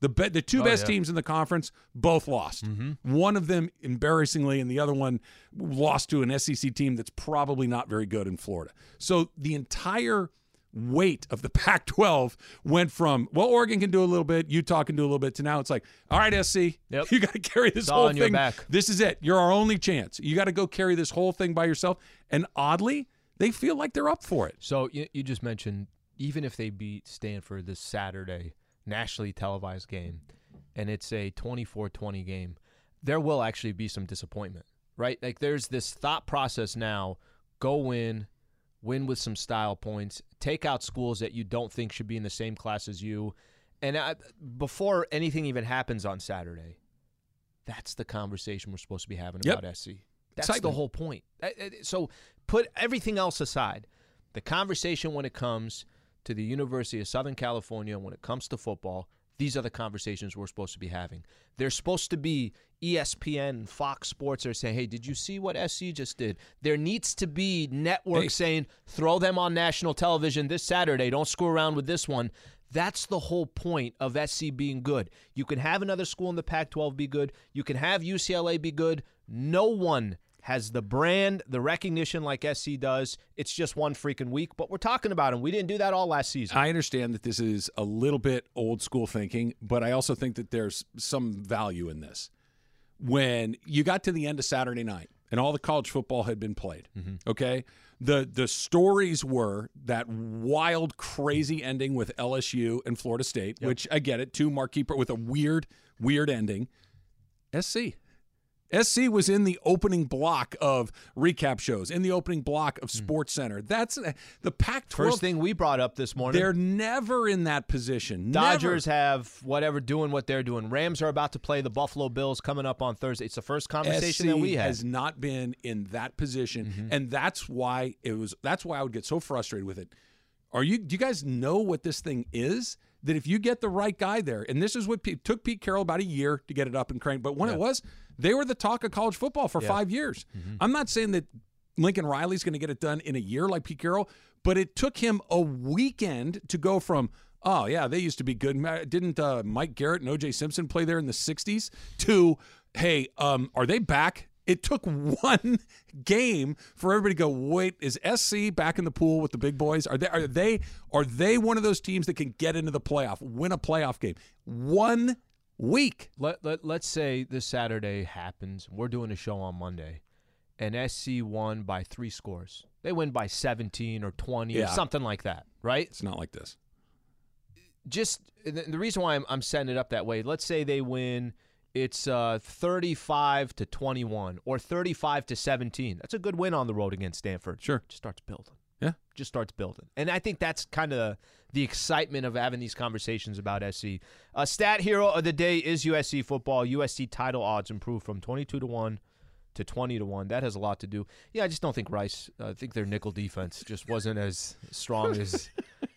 Speaker 2: The, be- the
Speaker 3: Oh,
Speaker 2: two best teams in the conference both lost.
Speaker 3: Mm-hmm.
Speaker 2: One of them embarrassingly, and the other one lost to an SEC team that's probably not very good in Florida. So the entire weight of the Pac 12 went from, well, Oregon can do a little bit, Utah can do a little bit, to now it's like, all right, SC,
Speaker 3: Yep.
Speaker 2: you got to carry this
Speaker 3: It's all
Speaker 2: whole
Speaker 3: on
Speaker 2: thing.
Speaker 3: your back.
Speaker 2: This is it. You're our only chance. You got to go carry this whole thing by yourself. And oddly, they feel like they're up for it.
Speaker 3: So you, you just mentioned even if they beat Stanford this Saturday, nationally televised game, and it's a 24-20 game, there will actually be some disappointment, right? Like there's this thought process now, go win, win with some style points, take out schools that you don't think should be in the same class as you. And I, before anything even happens on Saturday, that's the conversation we're supposed to be having
Speaker 2: Yep.
Speaker 3: about SC. That's the
Speaker 2: Excitement.
Speaker 3: whole point. I- I- So put everything else aside. The conversation when it comes to the University of Southern California, when it comes to football, these are the conversations we're supposed to be having. They're supposed to be E ESPN and Fox Sports are saying, hey, did you see what SC just did? There needs to be network
Speaker 2: Hey.
Speaker 3: saying, throw them on national television this Saturday. Don't screw around with this one. That's the whole point of SC being good. You can have another school in the Pac 12 be good, you can have UCLA be good. No one has the brand, the recognition like SC does. It's just one freaking week, but we're talking about him. We didn't do that all last season.
Speaker 2: I understand that this is a little bit old school thinking, but I also think that there's some value in this. When you got to the end of Saturday night and all the college football had been played,
Speaker 3: Mm-hmm.
Speaker 2: okay? The the stories were that wild crazy ending with LSU and Florida State, which I get it, two marquee pro- with a weird weird ending. SC SC was in the opening block of recap shows, in the opening block of Sports Center. That's uh, the Pac-12
Speaker 3: Hmm. First thing we brought up this morning.
Speaker 2: they're never in that position.
Speaker 3: Dodgers have whatever doing what they're doing. Rams are about to play the Buffalo Bills coming up on Thursday. It's the first
Speaker 2: Never.
Speaker 3: conversation
Speaker 2: SC
Speaker 3: that we had. Mm-hmm.
Speaker 2: has not been in that position, and that's why it was. That's why I would get so frustrated with it. Are you? Do you guys know what this thing is? That if you get the right guy there, and this is what Pete, took Pete Carroll about a year to
Speaker 3: Mm-hmm.
Speaker 2: get it up and crank, but when it was, they were the talk of college football for five years. I'm not saying that Lincoln Riley's going to get it done in a year like Pete Carroll, but it took him a weekend to go from, oh, yeah, they used to be good. Ma- Didn't uh, Mike Garrett and OJ Simpson play there in the 60s? To, hey, um, are they back? It took one game for everybody to go. Wait, is SC back in the pool with the big boys? Are they are they are they one of those teams that can get into the playoff, win a playoff game? One week.
Speaker 3: Let, let, let's say this Saturday happens. We're doing a show on Monday, and SC won by three scores. They win by 17 or 20 or
Speaker 2: Yeah.
Speaker 3: something like that, right?
Speaker 2: It's not like this.
Speaker 3: Just and the the reason why I'm, I'm setting it up that way, let's say they win, it's uh, 35 to 21 or 35 to 17. That's a good win on the road against Stanford.
Speaker 2: Sure.
Speaker 3: Just starts building.
Speaker 2: Yeah.
Speaker 3: Just starts building. And I think that's kind of the excitement of having these conversations about SC. Uh, stat hero of the day is USC football. USC title odds improved from 22 to 1 to 20 to 1. That has a lot to do. Yeah, I just don't think Rice, I think their nickel defense just wasn't as strong as.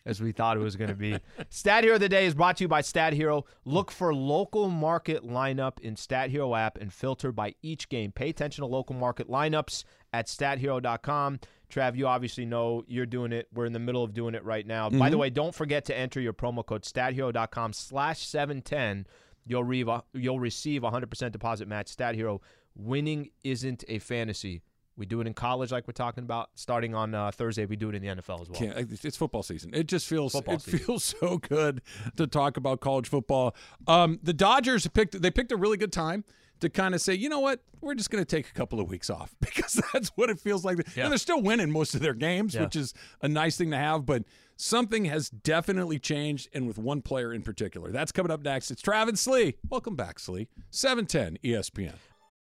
Speaker 3: As we thought it was going to be. Stat Hero of the Day is brought to you by Stat Hero. Look for local market lineup in Stat Hero app and filter by each game. Pay attention to local market lineups at stathero.com. Trav, you obviously know you're doing it. We're in the middle of doing it right now. By the way, don't forget to enter your promo code stathero.com slash 710. You'll, re- you'll receive a 100% deposit match. Stat Hero, winning isn't a fantasy. We do it in college like we're talking about. Starting on uh, Thursday, we do it in the NFL as well.
Speaker 2: Can't, it's- it's football season. It just feels
Speaker 3: Football
Speaker 2: it
Speaker 3: season.
Speaker 2: feels so good to talk about college football. Um, the Dodgers picked they picked a really good time to kind of say, you know what, we're just going to take a couple of weeks off because that's what it feels like. And they're still winning most of their games,
Speaker 3: Yeah.
Speaker 2: which is a nice thing to have. But something has definitely changed, and with one player in particular. That's coming up next. It's Travis Slee. Welcome back, Slee. Seven ten E ESPN.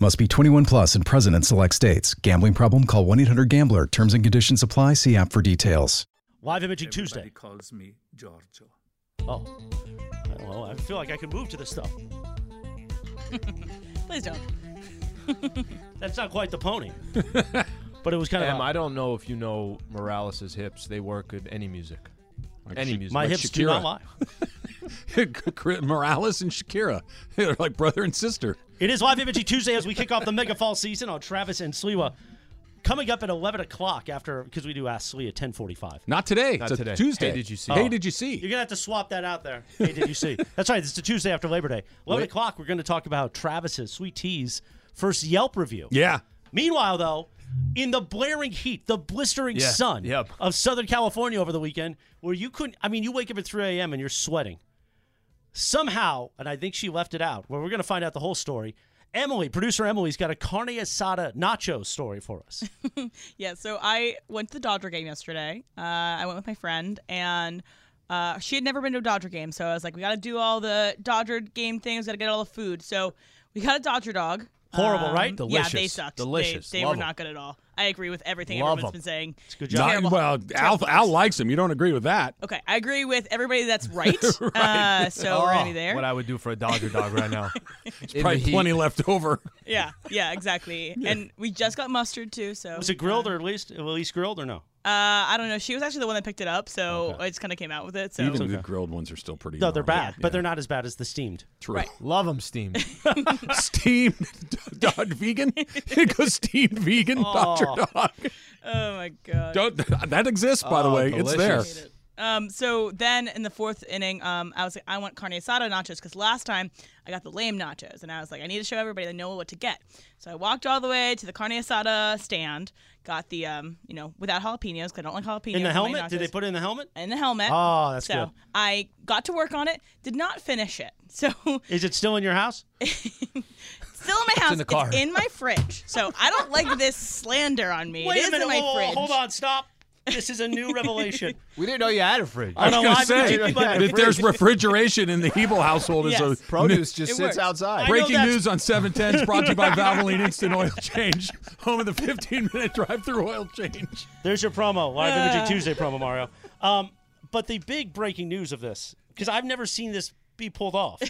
Speaker 7: Must be 21 plus and present in select states. Gambling problem? Call 1 800 Gambler. Terms and conditions apply. See app for details.
Speaker 1: Live imaging Tuesday.
Speaker 8: Everybody calls me Giorgio.
Speaker 1: Oh, well, I feel like I could move to this stuff.
Speaker 6: Please don't.
Speaker 1: That's not quite the pony, but it was kind of.
Speaker 3: Em, I don't know if you know Morales' hips. They work at any music. any music.
Speaker 1: my
Speaker 2: like
Speaker 1: hips do not
Speaker 2: Shakira.
Speaker 1: lie.
Speaker 2: Morales and Shakira, they're like brother and sister.
Speaker 1: It is Live Imaging Tuesday as we kick off the mega fall season on Travis and Sliwa. Coming up at 11 o'clock after, because we do Ask Slee at 1045.
Speaker 2: Not today.
Speaker 3: Not
Speaker 2: it's a
Speaker 3: today.
Speaker 2: Tuesday.
Speaker 3: Hey, did you see?
Speaker 2: Hey,
Speaker 3: Oh.
Speaker 2: did you see?
Speaker 1: You're going to have to swap that out there. Hey, did you see? That's right. It's a Tuesday after Labor Day. 11 o'clock, we're going to talk about Travis's Sweet Tea's first Yelp review.
Speaker 2: yeah.
Speaker 1: Meanwhile, though, in the blaring heat, the blistering
Speaker 3: Yeah,
Speaker 1: sun
Speaker 3: yep.
Speaker 1: of Southern California over the weekend, where you couldn't, I mean, you wake up at 3 a.m. and you're sweating. Somehow, and I think she left it out, where we're going to find out the whole story. Emily, producer Emily's got a carne asada nacho story for us.
Speaker 6: Yeah, so I went to the Dodger game yesterday. Uh, I went with my friend, and uh, she had never been to a Dodger game, so I was like, we got to do all the Dodger game things, got to get all the food. So we got a Dodger dog. Um,
Speaker 1: Horrible, right?
Speaker 6: Yeah, they
Speaker 3: Delicious.
Speaker 6: sucked.
Speaker 3: Delicious.
Speaker 6: They, they
Speaker 3: Love
Speaker 6: were
Speaker 3: 'em.
Speaker 6: not good at all. I agree with everything
Speaker 3: Love
Speaker 6: everyone's
Speaker 3: 'em.
Speaker 6: been saying.
Speaker 1: Good
Speaker 2: Not-
Speaker 1: job.
Speaker 6: Terrible.
Speaker 2: well, Al,
Speaker 6: Terrible.
Speaker 2: Al likes him. You don't agree with that.
Speaker 6: Okay, I agree with everybody that's right. uh, so
Speaker 1: Oh,
Speaker 6: we're gonna be there.
Speaker 3: What I would do for a Dodger dog right now. It's
Speaker 2: Probably plenty left over.
Speaker 6: yeah, yeah, exactly. And we just got mustard too, so
Speaker 1: Was it grilled or at least, at least grilled or no?
Speaker 6: Uh, I don't know. She was actually the one that picked it up, so I just kind of came out with it. So
Speaker 2: Even the grilled ones are still pretty.
Speaker 1: No, they're
Speaker 2: gnarly.
Speaker 1: bad, but they're not as bad as the steamed.
Speaker 2: True.
Speaker 3: Love them steamed.
Speaker 2: Steamed dog vegan. It goes steamed vegan Dr. Dog.
Speaker 6: oh my god.
Speaker 2: Don't, that exists, by the
Speaker 3: Oh,
Speaker 2: way. It's there.
Speaker 3: delicious.
Speaker 6: Um, so then in the fourth inning, um, I was like, I want carne asada nachos because last time I got the lame nachos, and I was like, I need to show everybody they know what to get. So I walked all the way to the carne asada stand, got the um, you know, without jalapenos because I don't like jalapenos.
Speaker 1: In the
Speaker 6: my
Speaker 1: helmet? Did they
Speaker 6: nachos.
Speaker 1: put it in the helmet?
Speaker 6: in the helmet?
Speaker 1: Oh, that's
Speaker 6: so
Speaker 1: good.
Speaker 6: I got to work on it. Did not finish it. So
Speaker 1: Is it still in your house?
Speaker 6: still in my house.
Speaker 3: in the car.
Speaker 6: in my fridge. So I don't like this slander on me.
Speaker 1: Wait
Speaker 6: it is
Speaker 1: a minute.
Speaker 6: in my
Speaker 1: whoa, whoa, whoa,
Speaker 6: fridge.
Speaker 1: hold on. Stop. This is a new revelation.
Speaker 3: We didn't know you had a fridge.
Speaker 1: I don't know
Speaker 2: gonna
Speaker 1: why would
Speaker 2: say
Speaker 1: you keep on
Speaker 2: that there's refrigeration in the Hebel household. is
Speaker 6: Yes.
Speaker 2: a-
Speaker 3: Produce just
Speaker 6: It
Speaker 3: sits
Speaker 6: works.
Speaker 1: I
Speaker 3: outside.
Speaker 1: know
Speaker 2: Breaking
Speaker 1: that's-
Speaker 2: news on 710 is brought to you by Valvoline Instant Oil Change, home of the 15 minute drive through oil change.
Speaker 1: There's your promo, live imaging Tuesday promo, Mario. Um, but the big breaking news of this, because I've never seen this be pulled off,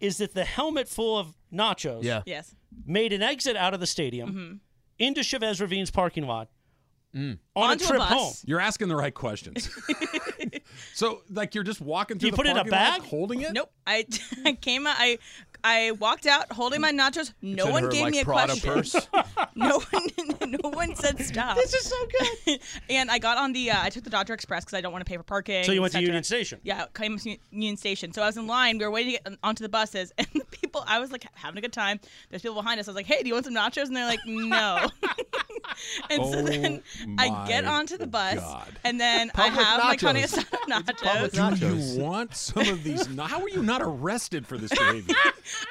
Speaker 1: is that the helmet full of nachos
Speaker 3: Yeah.
Speaker 6: Yes.
Speaker 1: made an exit out of the stadium
Speaker 6: Mm-hmm.
Speaker 1: into Chavez Ravine's parking lot on
Speaker 6: Onto
Speaker 1: a
Speaker 6: a
Speaker 1: trip
Speaker 6: bus.
Speaker 1: home.
Speaker 2: You're asking the right questions. so, like, you're just walking through
Speaker 1: You
Speaker 2: the
Speaker 1: put it in a
Speaker 2: parking lot
Speaker 1: bag?
Speaker 2: holding it?
Speaker 6: Nope. I, I came out. I I walked out holding my nachos. No
Speaker 3: in
Speaker 6: one
Speaker 3: her,
Speaker 6: gave
Speaker 3: like,
Speaker 6: me a
Speaker 3: Prada
Speaker 6: question.
Speaker 3: purse.
Speaker 6: No one. No one said stop. This is so good. and I got on the. Uh, I took the Dodger Express because I don't want to pay for parking.
Speaker 1: So you went to
Speaker 6: et cetera.
Speaker 1: Union Station.
Speaker 6: Yeah, came to Union Station. So I was in line. We were waiting to get onto the buses, and the people. I was like having a good time. There's people behind us. I was like, "Hey, do you want some nachos?" And they're like, "No." and so then I get
Speaker 2: Oh my
Speaker 6: onto the bus,
Speaker 2: God.
Speaker 6: and then I
Speaker 3: Public
Speaker 6: have my carne
Speaker 3: nachos.
Speaker 6: asada nachos.
Speaker 3: public
Speaker 2: Do
Speaker 3: Nachos.
Speaker 2: you want some of these? na- How were you not arrested for this behavior?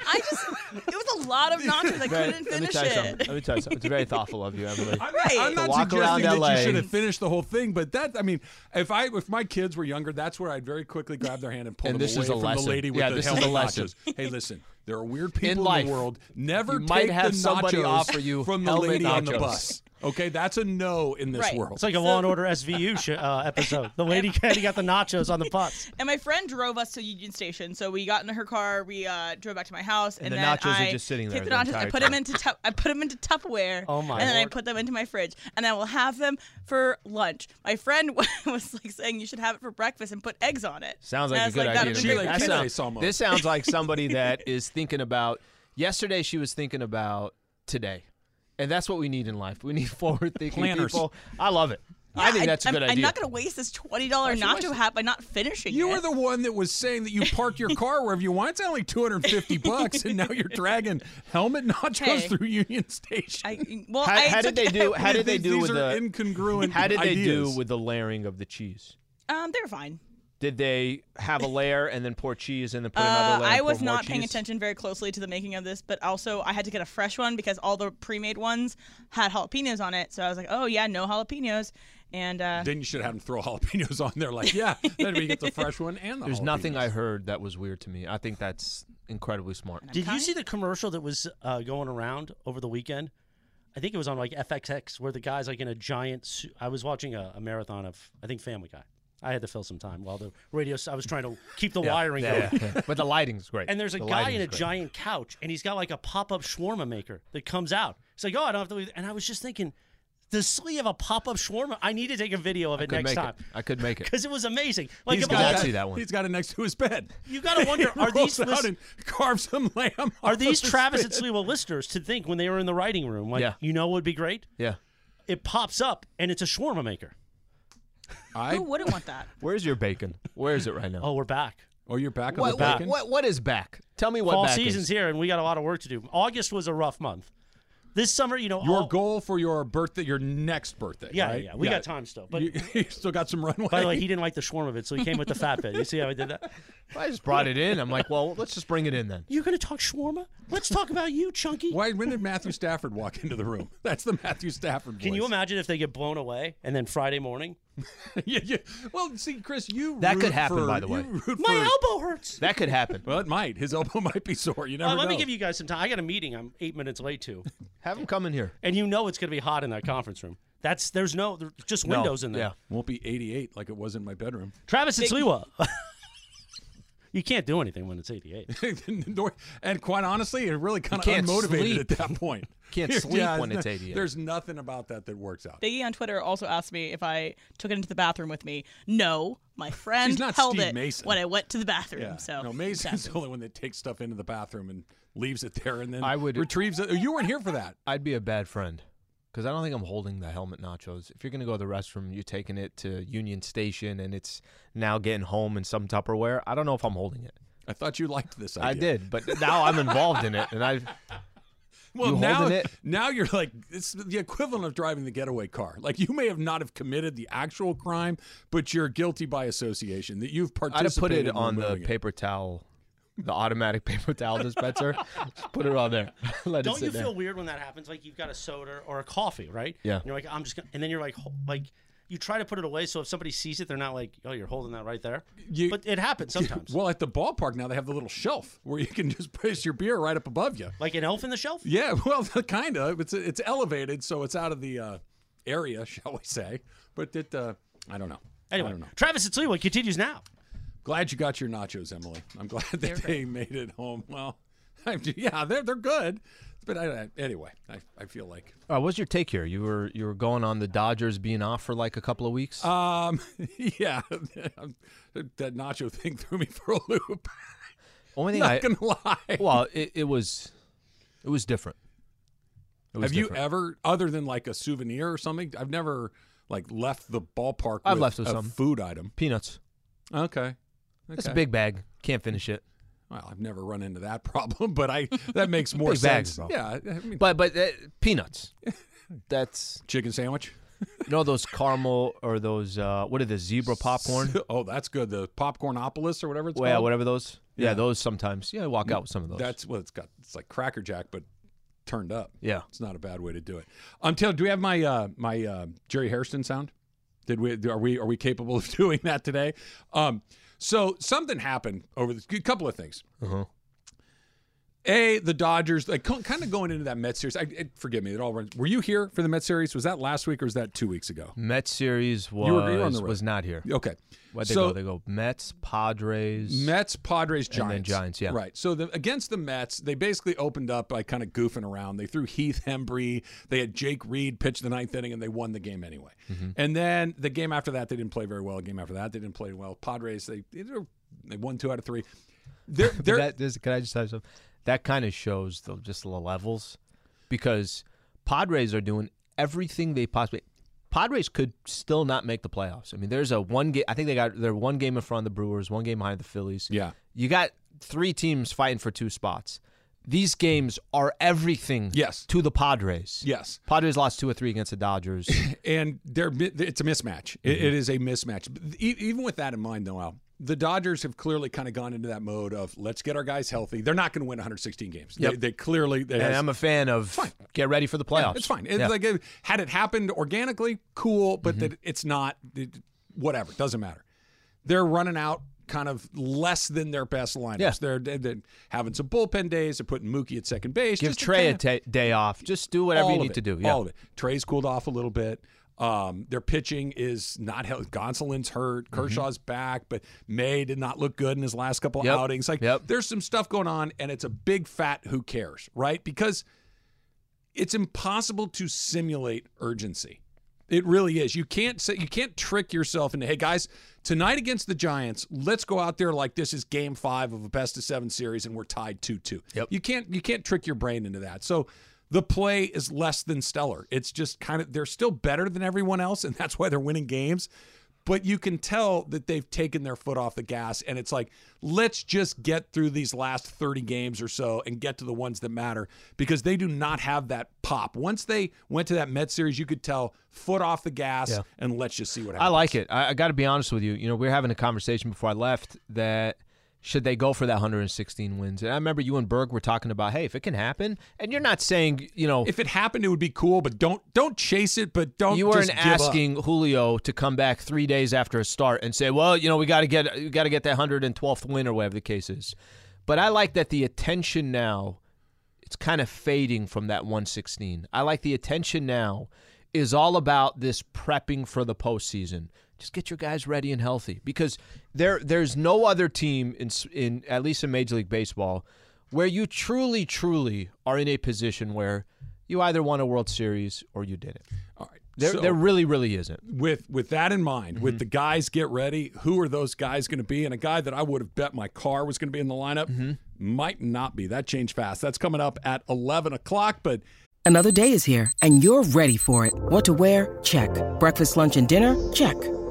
Speaker 6: I just. It was a lot of nachos. I couldn't
Speaker 3: Let me
Speaker 6: finish
Speaker 3: tell you something.
Speaker 6: it.
Speaker 3: Let me tell you something. It's very thoughtful of you, Emily.
Speaker 2: I'm,
Speaker 6: Right.
Speaker 2: I'm not
Speaker 3: To walk around
Speaker 2: suggesting that
Speaker 3: LA.
Speaker 2: you should have finished the whole thing, but that I mean, if I if my kids were younger, that's where I'd very quickly grab their hand and pull
Speaker 3: And
Speaker 2: them
Speaker 3: this
Speaker 2: away
Speaker 3: is a
Speaker 2: from
Speaker 3: lesson.
Speaker 2: the lady with
Speaker 3: Yeah,
Speaker 2: the
Speaker 3: this is
Speaker 2: helmet
Speaker 3: a lesson.
Speaker 2: nachos. Hey, listen, there are weird people in,
Speaker 3: life,
Speaker 2: the world. Never
Speaker 3: you
Speaker 2: take
Speaker 3: might have
Speaker 2: the
Speaker 3: somebody
Speaker 2: nachos
Speaker 3: offer you
Speaker 2: from the
Speaker 3: helmet
Speaker 2: lady on the
Speaker 3: nachos.
Speaker 2: bus. Okay, that's a no in this
Speaker 6: Right.
Speaker 2: world.
Speaker 1: It's like a Law and Order SVU sh- uh, episode. The lady Caddy got the nachos on the bus.
Speaker 6: And my friend drove us to Union Station, so we got in her car. We uh, drove back to my house, and,
Speaker 3: the
Speaker 6: then
Speaker 3: nachos are
Speaker 6: I
Speaker 3: just sitting there
Speaker 6: Took the
Speaker 3: the
Speaker 6: nachos, I
Speaker 3: entire
Speaker 6: put them
Speaker 3: time.
Speaker 6: into tu- I put them into Tupperware.
Speaker 1: Oh, my
Speaker 6: And then
Speaker 1: Lord.
Speaker 6: I put them into my fridge, and I will have them for lunch. My friend was like saying you should have it for breakfast and put eggs on it.
Speaker 3: Sounds like
Speaker 6: And I
Speaker 3: a
Speaker 6: was
Speaker 3: good
Speaker 6: like,
Speaker 3: idea.
Speaker 6: That
Speaker 3: to
Speaker 2: She
Speaker 3: me.
Speaker 6: would
Speaker 2: like
Speaker 6: make
Speaker 3: That
Speaker 2: Kid
Speaker 3: sound-
Speaker 2: Ice almost.
Speaker 3: this sounds like somebody that is thinking about yesterday. She was thinking about today, and that's what we need in life. We need forward-thinking
Speaker 2: Planners.
Speaker 3: people. I love it. I think that's a
Speaker 6: a
Speaker 3: good
Speaker 6: I'm,
Speaker 3: idea.
Speaker 6: I'm not gonna waste this twenty dollar nacho hat by not finishing
Speaker 2: You
Speaker 6: it.
Speaker 2: were the one that was saying that you park your car wherever you want. It's only 250 bucks, and now you're dragging helmet nachos
Speaker 6: Hey.
Speaker 2: through Union Station.
Speaker 6: I, well,
Speaker 3: how,
Speaker 6: I
Speaker 3: how did
Speaker 6: took
Speaker 3: they
Speaker 6: it
Speaker 3: do?
Speaker 6: out.
Speaker 3: How did they
Speaker 2: These-
Speaker 3: do
Speaker 2: these
Speaker 3: with
Speaker 2: are
Speaker 3: the
Speaker 2: incongruent
Speaker 3: How did they do
Speaker 2: ideas.
Speaker 3: with the layering of the cheese?
Speaker 6: Um, they were fine.
Speaker 3: Did they have a layer and then pour cheese and then put
Speaker 6: Uh,
Speaker 3: another layer?
Speaker 6: I
Speaker 3: and pour
Speaker 6: was
Speaker 3: more
Speaker 6: not paying
Speaker 3: cheese?
Speaker 6: attention very closely to the making of this, but also I had to get a fresh one because all the pre-made ones had jalapenos on it. So I was like, "Oh yeah, no jalapenos." And uh,
Speaker 2: Then you should have them throw jalapenos on there. Like, yeah, then we get the fresh one and the
Speaker 3: There's nothing
Speaker 2: jalapenos.
Speaker 3: I heard that was weird to me. I think that's incredibly smart.
Speaker 1: Did you see the commercial that was uh, going around over the weekend? I think it was on like FXX, where the guy's like in a giant. Su- I was watching a, a marathon of, I think Family Guy. I had to fill some time while the radio. I was trying to keep the wiring going.
Speaker 3: Yeah, yeah. but the lighting's great.
Speaker 1: And there's a
Speaker 3: The
Speaker 1: guy in
Speaker 3: lighting's
Speaker 1: a
Speaker 3: great.
Speaker 1: giant couch, and he's got like a pop-up shawarma maker that comes out. It's like, oh, I don't have to. Leave. And I was just thinking, does Slee have a pop-up shawarma? I need to take a video of it
Speaker 3: Could
Speaker 1: next
Speaker 3: make
Speaker 1: time
Speaker 3: It. I could make it.
Speaker 1: because it was amazing. Like,
Speaker 3: He's
Speaker 1: of
Speaker 3: got
Speaker 1: all
Speaker 3: that
Speaker 1: the-
Speaker 3: see that one.
Speaker 2: He's got it next to his bed.
Speaker 1: you got to wonder,
Speaker 2: He
Speaker 1: are these
Speaker 2: rolls out
Speaker 1: lis-
Speaker 2: and carve some lamb? off
Speaker 1: are
Speaker 2: of
Speaker 1: these
Speaker 2: his
Speaker 1: Travis
Speaker 2: bed.
Speaker 1: and Slee listeners to think when they were in the writing room, like,
Speaker 3: Yeah.
Speaker 1: you know, what would be great.
Speaker 3: Yeah.
Speaker 1: It pops up, and it's a shawarma maker.
Speaker 2: I,
Speaker 6: who wouldn't want that?
Speaker 3: Where's your bacon? Where is it right now?
Speaker 1: Oh, we're back.
Speaker 2: oh, you're back on
Speaker 3: what,
Speaker 2: the
Speaker 3: what,
Speaker 2: bacon.
Speaker 3: what, what is back? Tell me what
Speaker 1: Fall
Speaker 3: back
Speaker 1: season's
Speaker 3: is.
Speaker 1: here, and we got a lot of work to do. August was a rough month. This summer, you know,
Speaker 2: Your
Speaker 1: all-
Speaker 2: goal for your birthday, your next birthday.
Speaker 1: Oh. Yeah,
Speaker 2: right?
Speaker 1: yeah, yeah. We got time still, but-
Speaker 2: you, you still got some runway.
Speaker 1: By the way, he didn't like the shawarma bit, so he came with the fat bit. You see how I did that?
Speaker 3: I just brought it in. I'm like, well, let's just bring it in then.
Speaker 1: You're gonna talk shawarma? Let's talk about you, Chunky.
Speaker 2: Why? When did Matthew Stafford walk into the room? That's the Matthew Stafford.
Speaker 1: Can you
Speaker 2: voice.
Speaker 1: imagine if they get blown away and then Friday morning,
Speaker 2: yeah, yeah. Well, see, Chris, you
Speaker 3: That
Speaker 2: root
Speaker 3: could happen,
Speaker 2: for-
Speaker 3: by the way.
Speaker 2: you root
Speaker 1: my
Speaker 2: for-
Speaker 1: elbow hurts?
Speaker 3: That could happen.
Speaker 2: Well, it might. His elbow might be sore. You never
Speaker 1: Uh, let
Speaker 2: know.
Speaker 1: me give you guys some time. I got a meeting. I'm eight minutes late to,
Speaker 3: Have them come in here.
Speaker 1: and you know it's gonna be hot in that conference room. That's there's no there's just windows in there.
Speaker 3: Yeah.
Speaker 2: Won't be 88 like it was in my bedroom.
Speaker 1: Travis and Sliwa. you can't do anything when it's 88.
Speaker 2: and quite honestly, it really kind of
Speaker 3: can't
Speaker 2: unmotivated
Speaker 3: sleep.
Speaker 2: at that point.
Speaker 3: Can't
Speaker 2: Yeah,
Speaker 3: sleep when
Speaker 2: no-
Speaker 3: it's 88.
Speaker 2: There's nothing about that that works out.
Speaker 6: Biggie on Twitter also asked me if I took it into the bathroom with me. No, my friend
Speaker 2: She's not
Speaker 6: held
Speaker 2: Steve
Speaker 6: it
Speaker 2: Mason.
Speaker 6: when I went to the bathroom.
Speaker 2: Yeah.
Speaker 6: So
Speaker 2: no, Mason's the only one that takes stuff into the bathroom and leaves it there, and then
Speaker 3: I would-
Speaker 2: retrieves it. You weren't here for that.
Speaker 3: I'd be a bad friend because I don't think I'm holding the helmet nachos. If you're gonna go to the restroom, you're taking it to Union Station, and it's now getting home in some Tupperware. I don't know if I'm holding it.
Speaker 2: I thought you liked this idea.
Speaker 3: I did, but now I'm involved in it, and I.
Speaker 2: Well,
Speaker 3: You
Speaker 2: now,
Speaker 3: holding it?
Speaker 2: now you're like it's the equivalent of driving the getaway car. Like you may have not have committed the actual crime, but you're guilty by association that you've
Speaker 3: I'd have
Speaker 2: participated.
Speaker 3: put it
Speaker 2: in
Speaker 3: on the
Speaker 2: removing it.
Speaker 3: paper towel, the automatic paper towel dispenser. Just put it on there. Let it
Speaker 1: Don't
Speaker 3: sit
Speaker 1: you
Speaker 3: there.
Speaker 1: feel weird when that happens? Like you've got a soda or a coffee, right?
Speaker 3: Yeah.
Speaker 1: And you're like, I'm just, gonna, and then you're like, ho- like you try to put it away so if somebody sees it, they're not like, oh, you're holding that right there.
Speaker 2: You-
Speaker 1: but it happens sometimes.
Speaker 2: Well, at the ballpark now they have the little shelf where you can just place your beer right up above you.
Speaker 1: like an elf in the shelf.
Speaker 2: Yeah, well, kind of. It's it's elevated, so it's out of the uh, area, shall we say? But it, uh, I don't know. I
Speaker 1: Anyway,
Speaker 2: don't know.
Speaker 1: Travis at Cleveland continues now.
Speaker 2: Glad you got your nachos, Emily. I'm glad that they made it home. Well, I'm, yeah, they're they're good. But I, I, anyway, I, I feel like
Speaker 3: Uh, what's your take here? You were you were going on the Dodgers being off for like a couple of weeks.
Speaker 2: Um, yeah, that nacho thing threw me for a loop.
Speaker 3: Only thing
Speaker 2: Not
Speaker 3: I
Speaker 2: gonna lie.
Speaker 3: well, it, it was it was different. It was
Speaker 2: Have you
Speaker 3: different.
Speaker 2: ever, other than like a souvenir or something? I've never like left the ballpark.
Speaker 3: I've
Speaker 2: with
Speaker 3: left with
Speaker 2: a
Speaker 3: some.
Speaker 2: food item.
Speaker 3: peanuts?
Speaker 2: Okay.
Speaker 3: That's a
Speaker 2: Okay.
Speaker 3: big bag. Can't finish it.
Speaker 2: Well, I've never run into that problem, but I that makes more
Speaker 3: Big bags,
Speaker 2: sense.
Speaker 3: bro.
Speaker 2: yeah, I mean,
Speaker 3: But but uh, peanuts. That's
Speaker 2: chicken sandwich.
Speaker 3: you know those caramel or those uh, what are the zebra popcorn?
Speaker 2: oh, that's good. The popcornopolis or whatever it's
Speaker 3: Well, yeah,
Speaker 2: called.
Speaker 3: whatever those. Yeah,
Speaker 2: oh. Yeah.
Speaker 3: those sometimes. Yeah, I walk out with some of those.
Speaker 2: That's what it's got. It's like Cracker Jack, but turned up.
Speaker 3: yeah.
Speaker 2: It's not a bad way to do it. Um, Taylor, do we have my uh, my uh, Jerry Harrison sound? Did we are we are we capable of doing that today? Um, so something happened over the a couple of things.
Speaker 3: Uh-huh.
Speaker 2: A the Dodgers like kind of going into that Mets series. I, it, forgive me, it all runs. Were you here for the Mets series? Was that last week or was that two weeks ago?
Speaker 3: Mets series was
Speaker 2: You were- you were on the road.
Speaker 3: was not here.
Speaker 2: Okay,
Speaker 3: Where'd they
Speaker 2: So-
Speaker 3: go? They go Mets, Padres.
Speaker 2: Mets, Padres, Giants.
Speaker 3: And then Giants, yeah.
Speaker 2: Right. So the, against the Mets, they basically opened up by kind of goofing around. They threw Heath Hembry. They had Jake Reed pitch the ninth inning, and they won the game anyway.
Speaker 3: Mm-hmm.
Speaker 2: And then the game after that, they didn't play very well. The game after that, they didn't play well. Padres, they they, were- they won two out of three. They're,
Speaker 3: But
Speaker 2: they're,
Speaker 3: that is, can I just have some? That kind of shows the just the levels because Padres are doing everything they possibly. Padres could still not make the playoffs. I mean, there's a one game. I think they got they're one game in front of the Brewers, one game behind the Phillies.
Speaker 2: Yeah.
Speaker 3: you got three teams fighting for two spots. These games are everything.
Speaker 2: Yes.
Speaker 3: to the Padres.
Speaker 2: yes.
Speaker 3: Padres lost two or three against the Dodgers.
Speaker 2: and they're it's a mismatch.
Speaker 3: Mm-hmm.
Speaker 2: It, it is a mismatch. E- Even with that in mind, though, Al, the Dodgers have clearly kind of gone into that mode of let's get our guys healthy. They're not going to win 116 games.
Speaker 3: Yep.
Speaker 2: They, they clearly. They
Speaker 3: and I'm a fan of get ready for the playoffs.
Speaker 2: It's fine. It's
Speaker 3: Yeah. Mm-hmm.
Speaker 2: like it, had it happened organically, cool, but that it's not. it- whatever, doesn't matter. They're running out kind of less than their best lineups.
Speaker 3: Yeah.
Speaker 2: They're, they're, they're having some bullpen days. They're putting Mookie at second base.
Speaker 3: give
Speaker 2: just to
Speaker 3: Trey a
Speaker 2: kinda-
Speaker 3: ta day off. Just do whatever you
Speaker 2: all of
Speaker 3: need to
Speaker 2: it,
Speaker 3: do. Yeah.
Speaker 2: All of it. Trey's cooled off a little bit. Um, their pitching is not held. Gonsolin's hurt.
Speaker 3: Mm-hmm.
Speaker 2: Kershaw's back, but May did not look good in his last couple
Speaker 3: Yep.
Speaker 2: outings. Like
Speaker 3: Yep.
Speaker 2: there's some stuff going on, and it's a big fat who cares, right? Because it's impossible to simulate urgency. It really is. You can't say you can't trick yourself into, hey guys, tonight against the Giants, let's go out there like this is game five of a best of seven series and we're tied two two.
Speaker 3: Yep.
Speaker 2: You can't you can't trick your brain into that. So the play is less than stellar. It's just kind of they're still better than everyone else, and that's why they're winning games. But you can tell that they've taken their foot off the gas, and it's like, let's just get through these last 30 games or so and get to the ones that matter because they do not have that pop. Once they went to that Met series, you could tell foot off the gas,
Speaker 3: Yeah.
Speaker 2: and let's just see what happens.
Speaker 3: I like it. I, I got to be honest with you. You know, we were having a conversation before I left that should they go for that 116 wins? And I remember you and Berg were talking about, hey, if it can happen, and you're not saying, you know,
Speaker 2: If it happened, it would be cool, but don't don't chase it. But don't
Speaker 3: you
Speaker 2: just
Speaker 3: weren't
Speaker 2: give up.
Speaker 3: asking Julio to come back three days after a start and say, well, you know, we got to get we got to get that 112th win or whatever the case is. But I like that the attention now, it's kind of fading from that 116. I like the attention now is all about this prepping for the postseason. Just get your guys ready and healthy because there there's no other team in s- in at least in Major League Baseball where you truly truly are in a position where you either won a World Series or you didn't.
Speaker 2: All right,
Speaker 3: There,
Speaker 2: so-
Speaker 3: there really, really isn't.
Speaker 2: with with that in mind,
Speaker 3: Mm-hmm.
Speaker 2: with the guys get ready, who are those guys going to be? And a guy that I would have bet my car was
Speaker 3: Mm-hmm.
Speaker 2: going to be in the lineup might not be. That changed fast. That's coming up at eleven o'clock. But
Speaker 9: Another day is here, and you're ready for it. What to wear? Check. Breakfast, lunch, and dinner? Check.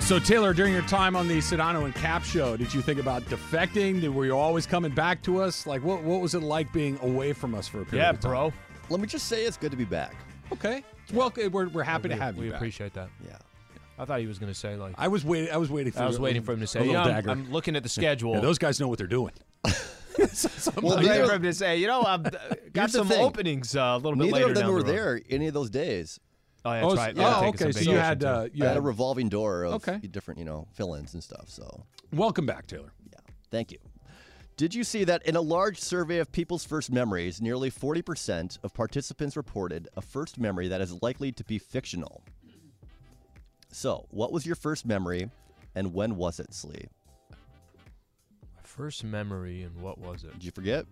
Speaker 2: So, Taylor, during your time on the Sedano and Cap show, did you think about defecting? Did- Were you always coming back to us? Like, what, what was it like being away from us for a period
Speaker 3: Yeah,
Speaker 2: of time?
Speaker 3: bro.
Speaker 4: Let me just say it's good to be back.
Speaker 2: Okay. Well, we're, we're happy to have
Speaker 3: we
Speaker 2: you. back.
Speaker 3: appreciate that.
Speaker 4: Yeah.
Speaker 3: I thought he was going to say like I,
Speaker 2: I was waiting. I was waiting. For
Speaker 3: was
Speaker 2: a-
Speaker 3: waiting for him to
Speaker 2: a
Speaker 3: say. You
Speaker 2: little
Speaker 3: know, I'm,
Speaker 2: dagger.
Speaker 3: I'm looking at the schedule.
Speaker 2: Yeah, those guys know what they're doing.
Speaker 4: Well,
Speaker 3: I'm
Speaker 4: neither,
Speaker 3: waiting for him to say. You know, I've uh, got
Speaker 4: Here's the
Speaker 3: some
Speaker 4: thing.
Speaker 3: openings uh, a little bit
Speaker 4: neither
Speaker 3: later.
Speaker 4: of them
Speaker 3: down
Speaker 4: were
Speaker 3: the road.
Speaker 4: there any of those days.
Speaker 3: Oh, yeah,
Speaker 2: oh,
Speaker 3: that's
Speaker 2: s-
Speaker 3: right.
Speaker 2: oh,
Speaker 3: Yeah, taking
Speaker 2: okay.
Speaker 3: some
Speaker 2: So you
Speaker 3: vacation,
Speaker 2: had
Speaker 3: too.
Speaker 2: uh, you
Speaker 4: I had
Speaker 2: had
Speaker 4: a revolving door of
Speaker 2: Okay.
Speaker 4: different, you know, fill-ins and stuff. So
Speaker 2: welcome back, Taylor.
Speaker 4: Thank you. Did you see that in a large survey of people's first memories, nearly 40% of participants reported a first memory that is likely to be fictional? So, what was your first memory and when was it, Slee?
Speaker 3: My first memory and what was it?
Speaker 4: Did you forget?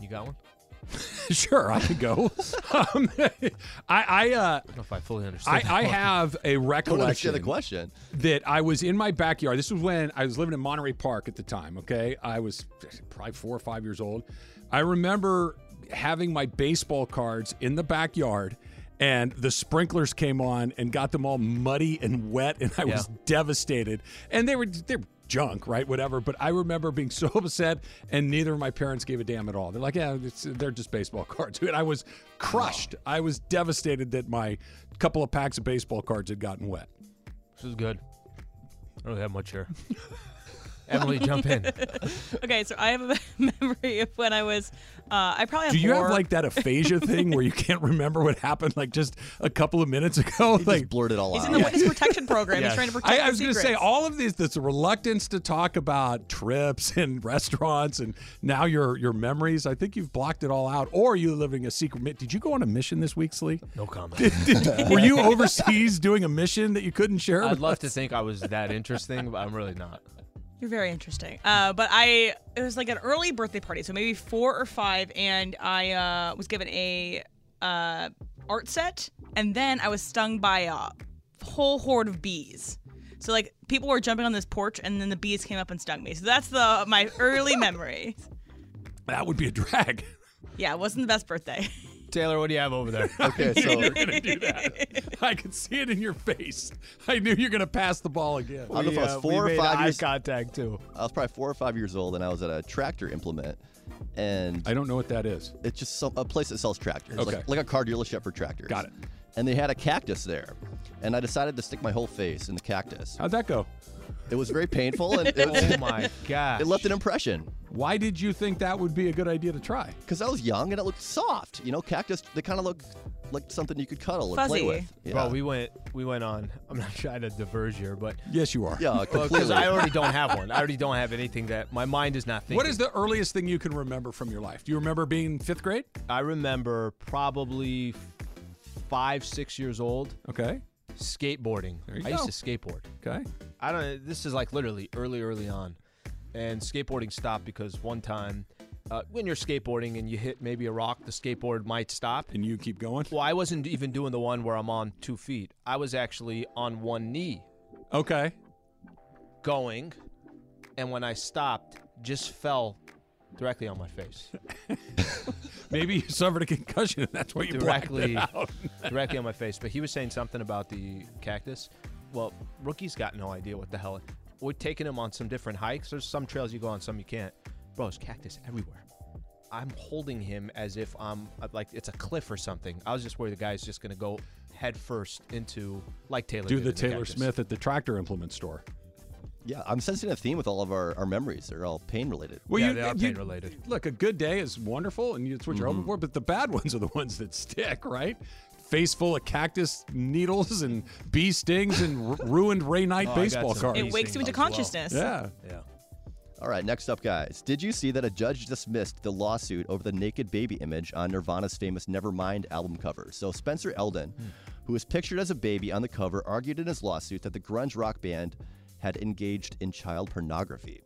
Speaker 3: You got one?
Speaker 2: sure, I could go. um, I I uh,
Speaker 3: I don't know if I fully understand.
Speaker 2: I, I have a
Speaker 4: Don't
Speaker 2: recollection.
Speaker 4: understand the question.
Speaker 2: that I was in my backyard. This was when I was living in Monterey Park at the time. Okay, I was probably four or five years old. I remember having my baseball cards in the backyard, and the sprinklers came on and got them all muddy and wet, and I was
Speaker 3: Yeah.
Speaker 2: devastated. And they were they're junk, right? Whatever. But I remember being so upset, and neither of my parents gave a damn at all. They're like, yeah, it's, they're just baseball cards. And I was crushed. I was devastated that my couple of packs of baseball cards had gotten wet.
Speaker 3: This is good. I don't really have much here. Emily, jump in.
Speaker 6: Okay, so I have a memory of when I was. Uh, I probably have
Speaker 2: Do you have
Speaker 6: more.
Speaker 2: like that aphasia thing where you can't remember what happened like just a couple of minutes ago?
Speaker 4: He
Speaker 2: Like
Speaker 4: just blurted all
Speaker 6: He's
Speaker 4: out.
Speaker 6: in the witness protection program.
Speaker 3: Yeah.
Speaker 6: He's trying to protect.
Speaker 2: I, I
Speaker 6: the
Speaker 2: was going to say
Speaker 6: secrets.
Speaker 2: all of these this reluctance to talk about trips and restaurants and now your your memories. I think you've blocked it all out, or you living a secret. mi- Did you go on a mission this week, Slee?
Speaker 3: No comment.
Speaker 2: Were you overseas doing a mission that you couldn't share?
Speaker 3: I'd
Speaker 2: with-
Speaker 3: love to think I was that interesting, but I'm really not.
Speaker 6: You're very interesting. Uh, but I, it was like an early birthday party, so maybe four or five, and I uh, was given a uh, art set, and then I was stung by a whole horde of bees. So like people were jumping on this porch, and then the bees came up and stung me. So that's the my early memory.
Speaker 2: that would be a drag.
Speaker 6: Yeah, it wasn't the best birthday.
Speaker 3: Taylor, what do you have over there?
Speaker 4: okay, so
Speaker 2: I could see it in your face. I knew you're going to pass the ball again.
Speaker 4: I don't know if I was four uh, or five years.
Speaker 3: contact too.
Speaker 4: I was probably four or five years old, and I was at a tractor implement, and
Speaker 2: I don't know what that is.
Speaker 4: it's just some, a place that sells tractors,
Speaker 2: Okay.
Speaker 4: like, like a car dealership for tractors.
Speaker 2: Got it.
Speaker 4: And they had a cactus there, and I decided to stick my whole face in the cactus.
Speaker 2: How'd that go?
Speaker 4: It was very painful, and it, was,
Speaker 3: Oh my god.
Speaker 4: it left an impression
Speaker 2: Why did you think that would be a good idea to try?
Speaker 4: because I was young and it looked soft. You know, cactus they kind of look like something you could cuddle and
Speaker 6: Fuzzy.
Speaker 4: play with. Yeah,
Speaker 3: Bro, we went we went on. I'm not trying to diverge here, but
Speaker 2: Yes, you are.
Speaker 4: yeah,
Speaker 3: because
Speaker 4: completely.
Speaker 3: I already don't have one. I already don't have anything that my mind is not thinking.
Speaker 2: What is the earliest thing you can remember from your life? Do you remember being in fifth grade?
Speaker 3: I remember probably five, six years old
Speaker 2: Okay.
Speaker 3: skateboarding.
Speaker 2: There you
Speaker 3: I used
Speaker 2: go.
Speaker 3: to skateboard.
Speaker 2: Okay.
Speaker 3: I don't. This is like literally early, early on, and skateboarding stopped because one time, uh, when you're skateboarding and you hit maybe a rock, the skateboard might stop.
Speaker 2: And you keep going?
Speaker 3: Well, I wasn't even doing the one where I'm on two feet. I was actually on one knee
Speaker 2: Okay.
Speaker 3: going, and when I stopped, just fell directly on my face,
Speaker 2: Maybe you suffered a concussion and that's what you blacked
Speaker 3: directly,
Speaker 2: it out.
Speaker 3: directly on my face. But he was saying something about the cactus. Well, rookie's got no idea what the hell. We're taking him on some different hikes. There's some trails you go on, some you can't. Bro, there's cactus everywhere. I'm holding him as if I'm uh, like it's a cliff or something. I was just worried the guy's just gonna go head first into like Taylor.
Speaker 2: Do
Speaker 3: did
Speaker 2: the
Speaker 3: in
Speaker 2: Taylor
Speaker 3: cactus.
Speaker 2: Smith at the tractor implement store.
Speaker 4: yeah, I'm sensing a theme with all of our, our memories. They're all pain related.
Speaker 2: Well,
Speaker 3: Yeah,
Speaker 2: you,
Speaker 3: they are
Speaker 2: you-
Speaker 3: pain-related.
Speaker 2: Look, a good day is wonderful and it's what you're hoping for, but the bad ones are the ones that stick, right? Face full of cactus needles and bee stings and r- ruined Ray Knight
Speaker 3: Oh, I got
Speaker 2: baseball
Speaker 3: some
Speaker 2: cards.
Speaker 3: bee
Speaker 6: It wakes you
Speaker 3: things
Speaker 6: into
Speaker 3: as well.
Speaker 6: consciousness.
Speaker 2: yeah.
Speaker 3: Yeah.
Speaker 4: All right, next up, guys. Did you see that a judge dismissed the lawsuit over the naked baby image on Nirvana's famous Nevermind album cover? So, Spencer Eldon,
Speaker 3: Hmm.
Speaker 4: who is pictured as a baby on the cover, argued in his lawsuit that the grunge rock band had engaged in child pornography.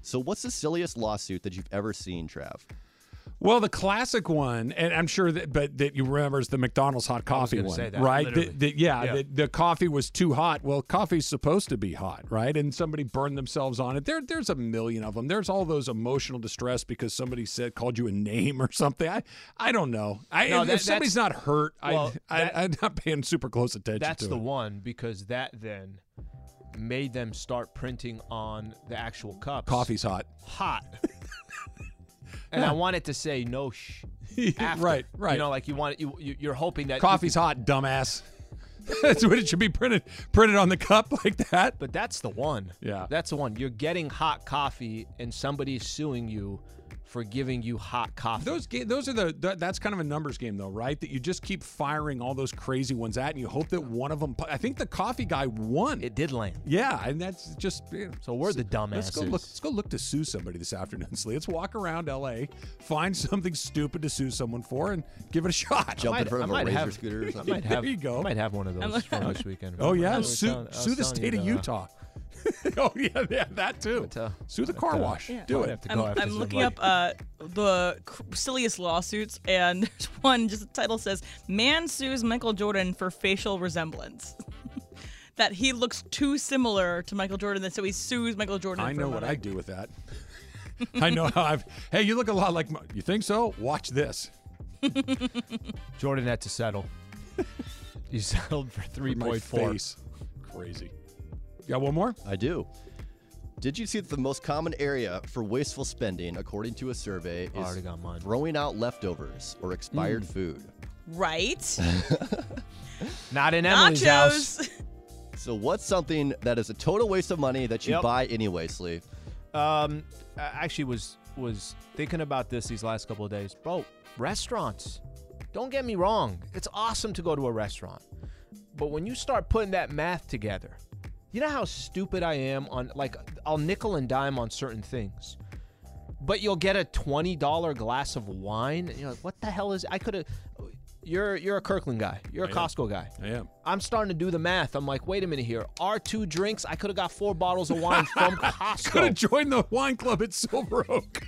Speaker 4: So, what's the silliest lawsuit that you've ever seen, Trav?
Speaker 2: Well, the classic one, and I'm sure that, but that you remember is the McDonald's hot coffee
Speaker 3: gonna
Speaker 2: one,
Speaker 3: say that,
Speaker 2: right?
Speaker 3: literally.
Speaker 2: The- the- yeah,
Speaker 3: Yeah.
Speaker 2: The, the coffee was too hot. Well, coffee's supposed to be hot, right? And somebody burned themselves on it. There, there's a million of them. There's all those emotional distress because somebody said called you a name or something. I, I don't know. I,
Speaker 3: No,
Speaker 2: if,
Speaker 3: that-
Speaker 2: if somebody's not hurt,
Speaker 3: well,
Speaker 2: I,
Speaker 3: that-
Speaker 2: I, I'm not paying super close attention.
Speaker 3: That's
Speaker 2: to
Speaker 3: the
Speaker 2: it.
Speaker 3: one because that then made them start printing on the actual cups.
Speaker 2: Coffee's hot.
Speaker 3: hot. and I wanted to say no sh. after.
Speaker 2: right, right.
Speaker 3: You know, like you want you you- you're hoping that you
Speaker 2: Coffee's hot, dumbass. That's what it should be printed printed on the cup like that.
Speaker 3: But that's the one.
Speaker 2: Yeah.
Speaker 3: That's the one. You're getting hot coffee and somebody's suing you for giving you hot coffee.
Speaker 2: Those ga- those are the th- that's kind of a numbers game though, right? That you just keep firing all those crazy ones at, and you hope that one of them. I think the coffee guy won.
Speaker 3: it did land.
Speaker 2: yeah, and that's just yeah.
Speaker 3: So we're the dumbasses.
Speaker 2: Let's go look. Let's go look to sue somebody this afternoon, Slee. Let's walk around L.A., find something stupid to sue someone for, and give it a shot.
Speaker 4: Jump
Speaker 3: might-
Speaker 4: in front
Speaker 3: I
Speaker 4: of a
Speaker 3: might
Speaker 4: razor
Speaker 3: have-
Speaker 4: scooter or
Speaker 3: I
Speaker 4: something.
Speaker 3: might have,
Speaker 2: you go.
Speaker 3: I might have one of those from this weekend.
Speaker 2: Oh
Speaker 3: Remember, I
Speaker 2: yeah,
Speaker 3: was
Speaker 2: sue
Speaker 3: telling- I was
Speaker 2: sue the
Speaker 3: telling
Speaker 2: state
Speaker 3: you uh,
Speaker 2: of
Speaker 3: the-
Speaker 2: Utah. oh yeah, yeah, that too.
Speaker 3: tell-
Speaker 2: Sue the
Speaker 3: I
Speaker 2: car
Speaker 3: tell-
Speaker 2: wash.
Speaker 3: Yeah.
Speaker 2: Do
Speaker 3: I'd
Speaker 2: it.
Speaker 3: have to
Speaker 6: I'm,
Speaker 3: go after
Speaker 6: I'm
Speaker 3: some
Speaker 6: looking
Speaker 3: money.
Speaker 6: up uh, the cr- silliest lawsuits, and there's one. Just the title says, "Man sues Michael Jordan for facial resemblance." that he looks too similar to Michael Jordan, and so he sues Michael Jordan.
Speaker 2: I
Speaker 6: for
Speaker 2: know what I
Speaker 6: money.
Speaker 2: do with that. I know how I've. Hey, you look a lot like. My, you think so? Watch this.
Speaker 3: Jordan had to settle. he settled for three
Speaker 2: My
Speaker 3: point four.
Speaker 2: face. Crazy. You got one more?
Speaker 4: I do. Did you see that the most common area for wasteful spending, according to a survey, is
Speaker 3: Already got mine. Hmm.
Speaker 4: throwing out leftovers or expired food?
Speaker 6: Right?
Speaker 3: Not in Emily's house.
Speaker 6: Nachos.
Speaker 4: So, what's something that is a total waste of money that you
Speaker 3: Yep.
Speaker 4: buy anyway, Slee?
Speaker 3: Um, I actually was was thinking about this these last couple of days, bro. Restaurants. Don't get me wrong. It's awesome to go to a restaurant, but when you start putting that math together, you know how stupid I am on like I'll nickel and dime on certain things. But you'll get a twenty dollar glass of wine, and you're like, "What the hell is?" I could have. You're you're a Kirkland guy. You're a Costco guy.
Speaker 2: I am.
Speaker 3: I'm starting to do the math. I'm like, wait a minute here. Our two drinks, I could have got four bottles of wine from Costco.
Speaker 2: Could have joined the wine club at Silver Oak.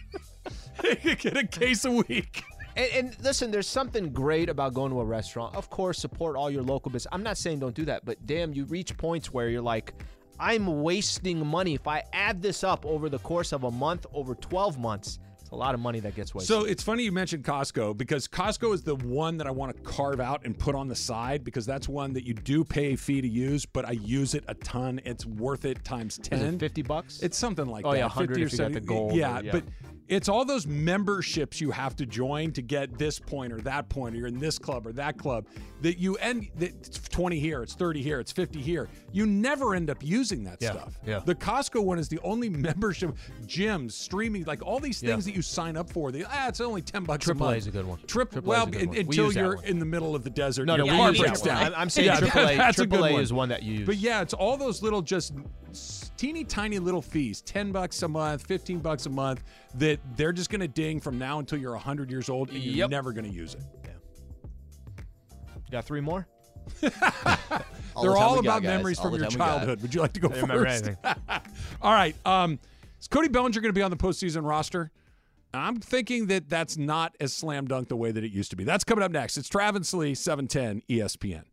Speaker 2: you get a case a week.
Speaker 3: And, and listen, there's something great about going to a restaurant. Of course, support all your local business. I'm not saying don't do that, but damn, you reach points where you're like, I'm wasting money. If I add this up over the course of a month, over 12 months, it's a lot of money that gets wasted.
Speaker 2: So it's funny you mentioned Costco because Costco is the one that I want to carve out and put on the side because that's one that you do pay a fee to use, but I use it a ton. It's worth it times
Speaker 3: Is it
Speaker 2: 10.
Speaker 3: 50 bucks?
Speaker 2: It's something like
Speaker 3: Oh,
Speaker 2: that.
Speaker 3: yeah, 100
Speaker 2: 50 or
Speaker 3: if you got the
Speaker 2: 70.
Speaker 3: gold or-
Speaker 2: Yeah,
Speaker 3: yeah.
Speaker 2: but it's all those memberships you have to join to get this point or that point, or you're in this club or that club. That you end that it's 20 here, it's 30 here, it's 50 here. You never end up using that
Speaker 3: Yeah,
Speaker 2: stuff.
Speaker 3: yeah.
Speaker 2: The Costco one is the only membership, gyms, streaming, like all these things that you sign up for. They, ah, it's only 10 bucks.
Speaker 3: AAA
Speaker 2: month.
Speaker 3: is a good one.
Speaker 2: Trip,
Speaker 3: AAA is
Speaker 2: well,
Speaker 3: a good
Speaker 2: un-
Speaker 3: one. We
Speaker 2: until
Speaker 3: use that
Speaker 2: you're
Speaker 3: one.
Speaker 2: in the middle of the desert,
Speaker 3: No, no,
Speaker 2: your
Speaker 6: we
Speaker 2: car
Speaker 6: use that
Speaker 2: breaks
Speaker 6: one.
Speaker 2: down.
Speaker 3: I'm- I'm saying AAA
Speaker 2: that's a good
Speaker 3: AAA
Speaker 2: one.
Speaker 3: is one that you
Speaker 2: But
Speaker 3: use.
Speaker 2: yeah, it's all those little just s- teeny tiny little fees, 10 bucks a month, 15 bucks a month that they're just going to ding from now until you're 100 years old and you're
Speaker 3: Yep.
Speaker 2: never going to use it.
Speaker 3: got three more?
Speaker 4: All
Speaker 2: they're
Speaker 4: the time
Speaker 2: all
Speaker 4: we got,
Speaker 2: about
Speaker 4: guys.
Speaker 2: memories
Speaker 4: All
Speaker 2: from
Speaker 4: the
Speaker 2: your
Speaker 4: time we got.
Speaker 2: childhood. Would you like to go
Speaker 3: I remember
Speaker 2: first?
Speaker 3: anything.
Speaker 2: all right. Um, is Cody Bellinger going to be on the postseason roster? I'm thinking that E that's not as slam dunk the way that it used to be. That's coming up next. It's Travis Lee, 710 ESPN.